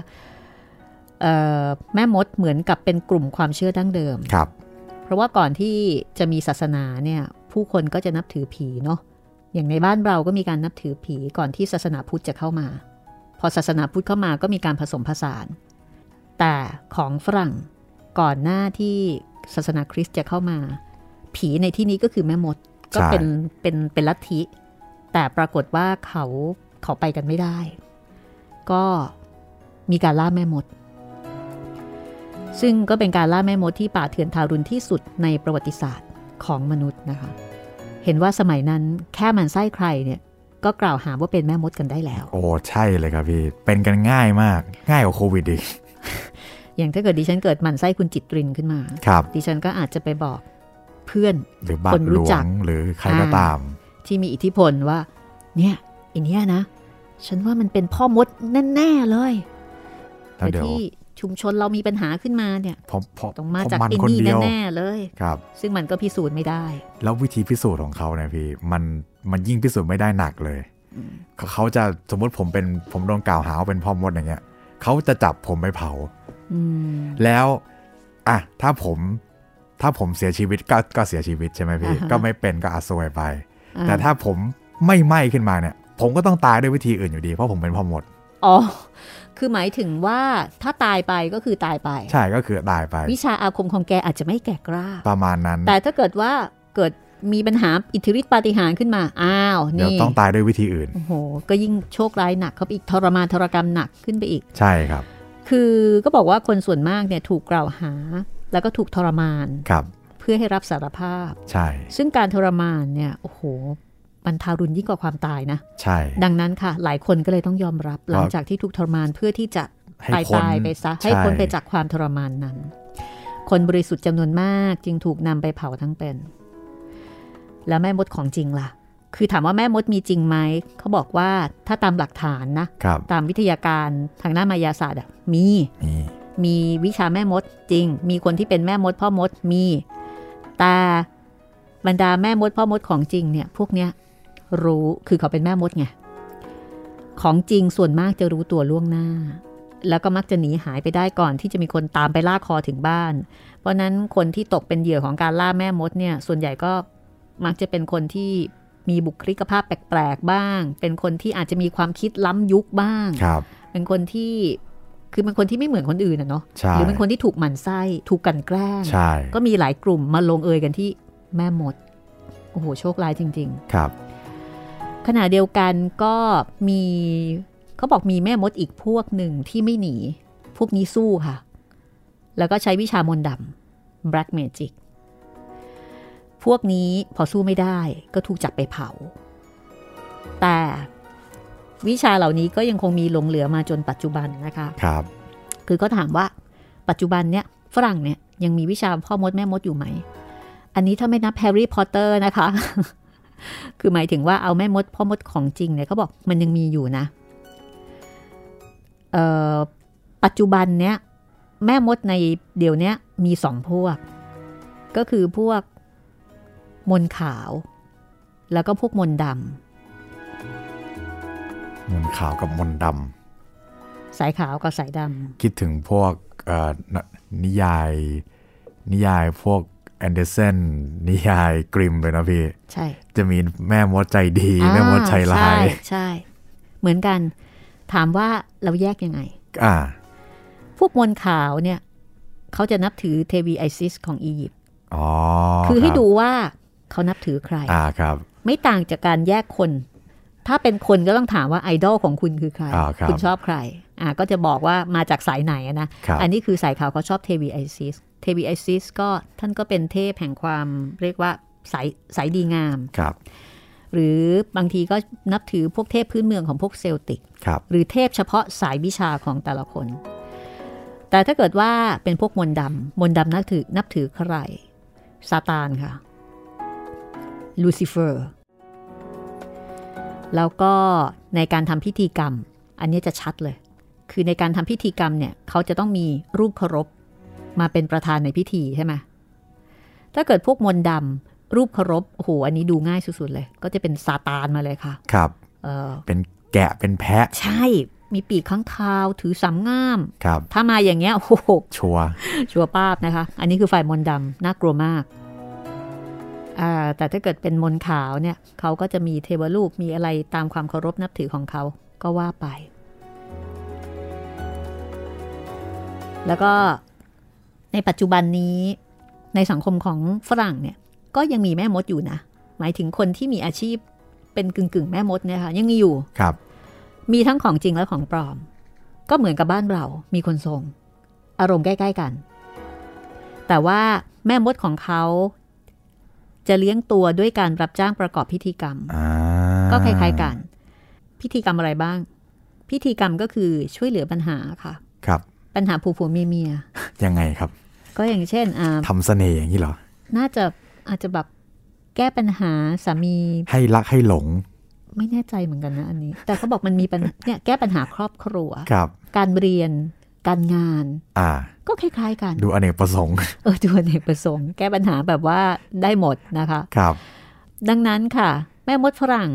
S2: เอ่อแม่มดเหมือนกับเป็นกลุ่มความเชื่อดั้งเดิม
S3: ครับ
S2: เพราะว่าก่อนที่จะมีศาสนาเนี่ยผู้คนก็จะนับถือผีเนาะอย่างในบ้านเราก็มีการนับถือผีก่อนที่ศาสนาพุทธจะเข้ามา พอศาสนาพุทธเข้ามาก็มีการผสมผสาน แต่ของฝรั่งก่อนหน้าที่ศาสนาคริสต์จะเข้ามา ผีในที่นี้ก็คือแม่มดก็
S3: ใช่
S2: เป็นเป็นเป็นลัทธิ แต่ปรากฏว่าเขาเขาไปกันไม่ได้ ก็มีการล่าแม่มด ซึ่งก็เป็นการล่าแม่มดที่ป่าเถื่อนทารุณที่สุดในประวัติศาสตร์ของมนุษย์นะคะ เห็นว่าสมัยนั้นแค่หมันไส้ใครเนี่ยก็กล่าวหาว่าเป็นแม่มดกันได้แล้ว
S3: โอ้ ใช่เลยครับพี่ เป็นกันง่ายมาก ง่ายกว่าโควิดอีก
S2: อย่างถ้าเกิดดิฉันเกิดหมันไส้คุณจิตรินขึ้นมา
S3: ครับ
S2: ดิฉันก็อาจจะไปบอกเพื่อน
S3: หรือบัต
S2: คน
S3: รห
S2: รู้
S3: ลว
S2: จัก
S3: งหรือใครก็
S2: อ่า
S3: ตาม
S2: ที่มีอิทธิพลว่า เนี่ยไอันเนี้ยนะ ฉันว่ามันเป็นพ่อมดแน่ๆเลย
S3: แล้วเดี๋ยว
S2: ที่ชุมชนเรามีปัญหาขึ้นมาเนี่ย
S3: เพราะเพราะ
S2: ต้องมา
S3: เพ
S2: จาก
S3: ราะมัน
S2: ไอิน
S3: คน
S2: นี่
S3: เดียว
S2: แน่ๆเลย
S3: ครับ
S2: ซึ่งมันก็พิสูจน์ไม่ได้
S3: แล้ววิธีพิสูจน์ของเขาเนี่ยพี่ มันมันยิ่งพิสูจน์ไม่ได้หนักเลย เขาเขาจะสมมติผมเป็นผมโดนกล่าวหาว่าเป็นพ่อมดอย่างเงี้ยเขาจะจับผมไปเผา
S2: อืม
S3: แล้วอ่ะถ้าผมถ้าผมเสียชีวิตก็ก็เสียชีวิตใช่ไหมพี่
S2: อ่าฮะ
S3: ก็ไม่เป็นก็อาซวยไป
S2: อ่
S3: แต่ถ้าผมไม่ไหม้ขึ้นมาเนี่ย ผมก็ต้องตายด้วยวิธีอื่นอยู่ดีเพราะผมเป็นพ่อมด
S2: อ๋อ คือหมายถึงว่าถ้าตายไปก็คือตายไป
S3: ใช่ก็คือตายไป
S2: วิชาอาคมของแกอาจจะไม่แก่กล้า
S3: ประมาณนั้น
S2: แต่ถ้าเกิดว่าเกิดมีปัญหาอิทธิฤทธิปาฏิหาริย์ขึ้นมา อ้าว
S3: เดี๋ยว
S2: นี่
S3: ต้องตายด้วยวิธีอื่น
S2: โอ้โห ก็ยิ่งโชคร้ายหนักเขาไปอีกทรมานทรกรรมหนักขึ้นไปอีก
S3: ใช่ครับ
S2: คือก็บอกว่าคนส่วนมากเนี่ยถูกกล่าวหา แล้วก็ถูกทรมาน
S3: ครับ
S2: เพื่อให้รับสารภาพ
S3: ใช่
S2: ซึ่งการทรมานเนี่ยโอ้โหมันทารุณยิ่งกว่าความตายนะ
S3: ใช่
S2: ดังนั้นค่ะ หลายคนก็เลยต้องยอมรับ หลังจากที่ถูกทรมานเพื่อที่จะ
S3: ให้
S2: ตาย
S3: พ้น
S2: ตายไปซะให้พ้น
S3: ช่
S2: ไปจากความทรมานนั้น คนบริสุทธิ์จำนวนมากจึงถูกนำไปเผาทั้งเป็น แล้วแม่มดของจริงล่ะ คือถามว่าแม่มดมีจริงไหม เขาบอกว่าถ้าตามหลักฐานนะ
S3: ครับ
S2: ตามวิทยาการทางด้านมายาศาสตร์อะมี
S3: นี่
S2: มีวิชาแม่มดจริง มีคนที่เป็นแม่มดพ่อมดมี แต่บรรดาแม่มดพ่อมดของจริงเนี่ย พวกเนี้ยรู้คือเขาเป็นแม่มดไง ของจริงส่วนมากจะรู้ตัวล่วงหน้า แล้วก็มักจะหนีหายไปได้ก่อนที่จะมีคนตามไปล่าคอถึงบ้าน เพราะนั้นคนที่ตกเป็นเหยื่อของการล่าแม่มดเนี่ย ส่วนใหญ่ก็มักจะเป็นคนที่ มีบุคลิกภาพแปลกๆบ้าง เป็นคนที่อาจจะมีความคิดล้ำยุคบ้าง
S3: ครับ
S2: เป็นคนที่คือเป็นคนที่ไม่เหมือนคนอื่นนะเนาะ
S3: ใช่
S2: หรือเป็นคนที่ถูกหมั่นไส้ถูกกลันแกล้ง
S3: ใช่
S2: ก็มีหลายกลุ่มมาลงเอยกันที่แม่มด โอ้โห โชคร้ายจริง
S3: ครับ
S2: ๆ ขณะเดียวกันก็มีเขาบอกมีแม่มดอีกพวกหนึ่งที่ไม่หนี พวกนี้สู้ค่ะ แล้วก็ใช้วิชามนต์ดำ black magic พวกนี้พอสู้ไม่ได้ก็ถูกจับไปเผา แต่วิชาเหล่านี้ก็ยังคงมีหลงเหลือมาจนปัจจุบันนะคะ
S3: ครับ
S2: คือก็ถามว่าปัจจุบันเนี่ยฝรั่งเนี่ยยังมีวิชาพ่อมดแม่มดอยู่ไหม อันนี้ถ้าไม่นับแฮร์รี่พอตเตอร์นะคะ คือหมายถึงว่าเอาแม่มดพ่อมดของจริงเนี่ยเขาบอกมันยังมีอยู่นะเอ่อปัจจุบันเนี่ยแม่มดในเดี๋ยวเนี้ยมีสองพวก ก็คือพวกมนต์ขาว แล้วก็พวกมนต์ด
S3: มนต์ขาวกับมนต์ด
S2: ำสายขาวกับสายด
S3: ำคิดถึงพวกเอ่อนนิยาย นิยายพวกแอนเดอร์เซนนิยายกริมเลยนะพี่
S2: ำใช่
S3: จะมีแม่มดใจดี แม่มดใจร้าย
S2: อ่ใช่ใช่ เหมือนกัน ถามว่าเราแยกยังไง
S3: อ่า
S2: พวกมนต์ขาวเนี่ย เขาจะนับถือเทวีไอซิสของอียิปต์
S3: อ๋อ
S2: คือให้
S3: รับ
S2: ดูว่าเขานับถือใคร
S3: อ่าครับ
S2: ไม่ต่างจากการแยกคน ถ้าเป็นคนก็ต้องถามว่าไอดอลของคุณคือใคร
S3: อ่าครับ
S2: ณชอบใคร อ่าก็จะบอกว่ามาจากสายไหนอะนะ
S3: ครับ
S2: อันนี้คือสายขาวเขาชอบเทวีไอซิส เทวีไอซิสก็ท่านก็เป็นเทพแห่งความเรียกว่าสายสายดีงาม
S3: ครับ
S2: หรือบางทีก็นับถือพวกเทพพื้นเมืองของพวกเซลติก
S3: ครับ
S2: หรือเทพเฉพาะสายวิชาของแต่ละคน แต่ถ้าเกิดว่าเป็นพวกมนต์ดำ มนต์ดำนับถือนับถือใคร ซาตานค่ะ ลูซิเฟอร์ แล้วก็ในการทำพิธีกรรม อันนี้จะชัดเลย คือในการทำพิธีกรรมเนี่ยเขาจะต้องมีรูปเคารพมาเป็นประธานในพิธีใช่ไหม ถ้าเกิดพวกมนต์ดำรูปเคารพ โอ้โห อันนี้ดูง่ายสุดๆเลย ก็จะเป็นซาตานมาเลยค่ะ
S3: ครับ
S2: เออ
S3: เป็นแกะ เป็นแพะ
S2: ใช่ มีปีกข้างคาวถือสามง่าม
S3: ครับ
S2: ถ้ามาอย่างเงี้ย โอ้โห
S3: ชัวร์
S2: ชัวร์ป้าบนะคะ อันนี้คือฝ่ายมนต์ดำน่ากลัวมากอ่าแต่ถ้าเกิดเป็นมนต์ขาวเนี่ย เขาก็จะมีเทวรูป มีอะไรตามความเคารพนับถือของเขาก็ว่าไป แล้วก็ในปัจจุบันนี้ในสังคมของฝรั่งเนี่ย ก็ยังมีแม่มดอยู่นะ หมายถึงคนที่มีอาชีพเป็นกึ่งกึ่งๆแม่มดเนี่ยค่ะ ยังมีอยู่
S3: ครับ
S2: มีทั้งของจริงและของปลอม ก็เหมือนกับบ้านเรา มีคนทรง อารมณ์ใกล้ ๆกัน แต่ว่าแม่มดของเขา จะเลี้ยงตัวด้วยการรับจ้างประกอบพิธีกรรม
S3: อ่า
S2: ก็คล้ายๆกัน พิธีกรรมอะไรบ้าง พิธีกรรมก็คือช่วยเหลือปัญหาค่ะ
S3: ครับ
S2: ปัญหาผัวผัวเมียเมีย
S3: ยังไงครับ
S2: ๆก็อย่างเช่นอ่า
S3: ทำเสน่ห์อย่างนี้เหรอ
S2: น่าจะอาจจะแบบแก้ปัญหาสามี
S3: ให้รักให้หลง
S2: ไม่แน่ใจเหมือนกันนะอันนี้ แต่เขาบอกมันมีปัญหาเนี่ยแก้ปัญหาครอบครัว
S3: ครับ
S2: การเรียน การงาน
S3: อ่า
S2: ก็คล้ายๆกัน
S3: ดูอเนกประสงค์
S2: เออตัวเอกประสงค์แก้ปัญหาแบบว่าได้หมดนะคะ
S3: ครับ
S2: ดังนั้นค่ะ แม่มดฝรั่ง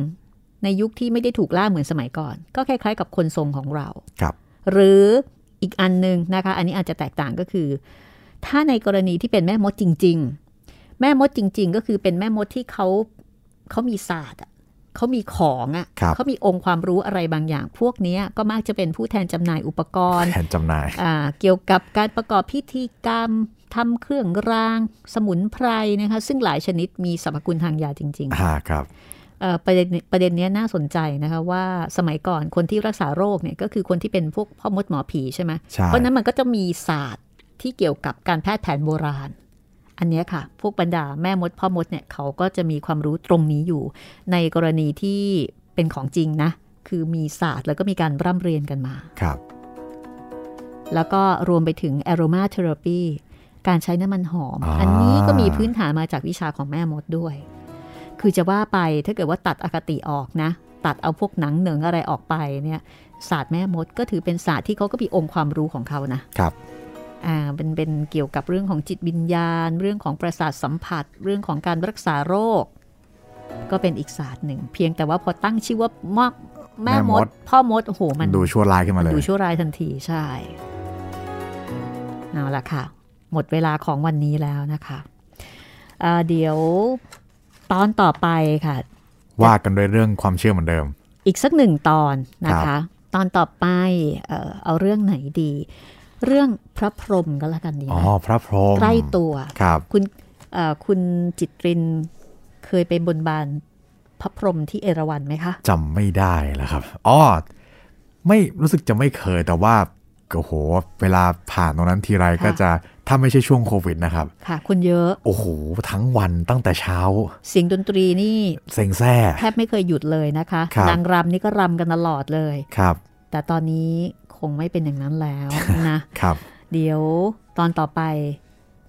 S2: ในยุคที่ไม่ได้ถูกล่าเหมือนสมัยก่อน ก็คล้ายๆ กับคนทรงของเรา
S3: ครับ
S2: หรืออีกอันหนึ่งนะคะ อันนี้อาจจะแตกต่างก็คือ ถ้าในกรณีที่เป็นแม่มดจริง ๆ แม่มดจริง ๆ ก็คือเป็นแม่มดที่เขาเขามีศาสตร์อะเขามีของอะ
S3: ครับ
S2: เขามีองค์ความรู้อะไรบางอย่าง พวกเนี้ยก็มักจะเป็นผู้แทนจำหน่ายอุปกรณ์
S3: แทนจำหน่าย
S2: อ่าเกี่ยวกับการประกอบพิธีกรรมทำเครื่องราง สมุนไพรนะคะ ซึ่งหลายชนิดมีสรรพคุณทางยาจริง
S3: อ่า ครับ
S2: ๆเอ่อประเด็นประเด็นเนี้ยน่าสนใจนะคะว่าสมัยก่อนคนที่รักษาโรคเนี่ยก็คือคนที่เป็นพวกพ่อมดหมอผีใช่ไหม
S3: ใช่
S2: เพราะฉะนั้นมันก็จะมีศาสตร์ที่เกี่ยวกับการแพทย์แผนโบราณ อันเนี้ยค่ะ พวกบรรดาแม่มดพ่อมดเนี่ยเขาก็จะมีความรู้ตรงนี้อยู่ ในกรณีที่เป็นของจริงนะคือมีศาสตร์แล้วก็มีการร่ำเรียนกันมา
S3: ครับ
S2: แล้วก็รวมไปถึง aroma therapy การใช้น้ำมันหอม
S3: อ่า
S2: อันนี้ก็มีพื้นฐานมาจากวิชาของแม่มดด้วย คือจะว่าไปถ้าเกิดว่าตัดอคติออกนะ ตัดเอาพวกหนังเหนิงอะไรออกไปเนี่ยศาสตร์แม่มดก็ถือเป็นศาสตร์ที่เขาก็มีองค์ความรู้ของเขานะครับ อ่าเป็นเป็นเกี่ยวกับเรื่องของจิตวิญญาณ เรื่องของประสาทสัมผัส เรื่องของการรักษาโรค ก็เป็นอีกศาสตร์หนึ่ง เพียงแต่ว่าพอตั้งชื่อว่ามอกแม่มด
S3: แม่มด
S2: พ่อมดโอ้โหมัน
S3: ดูชั่วร้ายขึ้นมาเลย
S2: ดูชั่วร้ายทันทีใช่ เอาละค่ะ หมดเวลาของวันนี้แล้วนะคะเอ่อเดี๋ยวตอนต่อไปค่ะ
S3: ว่ากันด้วยเรื่องความเชื่อเหมือนเดิม
S2: อีกสักหนึ่งตอนนะ
S3: ครั
S2: คะ
S3: บ
S2: ตอนต่อไปเอ่อเอาเรื่องไหนดี เรื่องพระพรหมก็แล้วกันดี
S3: อ๋อ
S2: นะ
S3: พระพรหม
S2: ใกล้ตัว
S3: ครับ
S2: คุณเอ่อคุณจิตรินเคยไปบนบานพระพรหมที่เอราวัณไหมคะ
S3: จำไม่ได้แล้วครับอ๋อไม่รู้สึกจะไม่เคยแต่ว่าโอ้โหเวลาผ่านตรงนั้นทีไร
S2: ค่ะ
S3: ก็จะถ้าไม่ใช่ช่วงโควิดนะครับ
S2: ค่ะ คนเยอะ
S3: โอ้โห ทั้งวันตั้งแต่เช้า
S2: เสียงดนตรีนี่
S3: เซ็งแซ่
S2: แทบไม่เคยหยุดเลยนะคะ
S3: ครับ
S2: นางรำนี่ก็รำกันตลอดเลย
S3: ครับ
S2: แต่ตอนนี้คงไม่เป็นอย่างนั้น แล้วนะ
S3: ครับ
S2: เดี๋ยวตอนต่อไป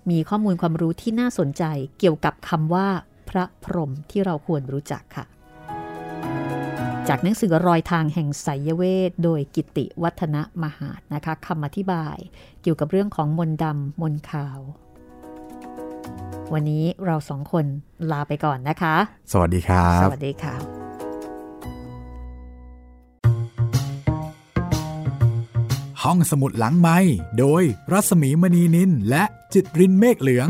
S2: มีข้อมูลความรู้ที่น่าสนใจเกี่ยวกับคำว่าพระพรหมที่เราควรรู้จักค่ะ จากหนังสือรอยทางแห่งไสยเวทโดยกิติวัฒนมหาดนะคะคำอธิบายเกี่ยวกับเรื่องของมนต์ดำมนต์ขาว วันนี้เราสองคนลาไปก่อนนะคะ
S3: สวัสดีครั
S2: ส
S3: บ
S2: วัสดีค่ะ
S1: ห้องสมุดหลังไม้โดยรัสมีมณีนินและจิตรินเมฆเหลือง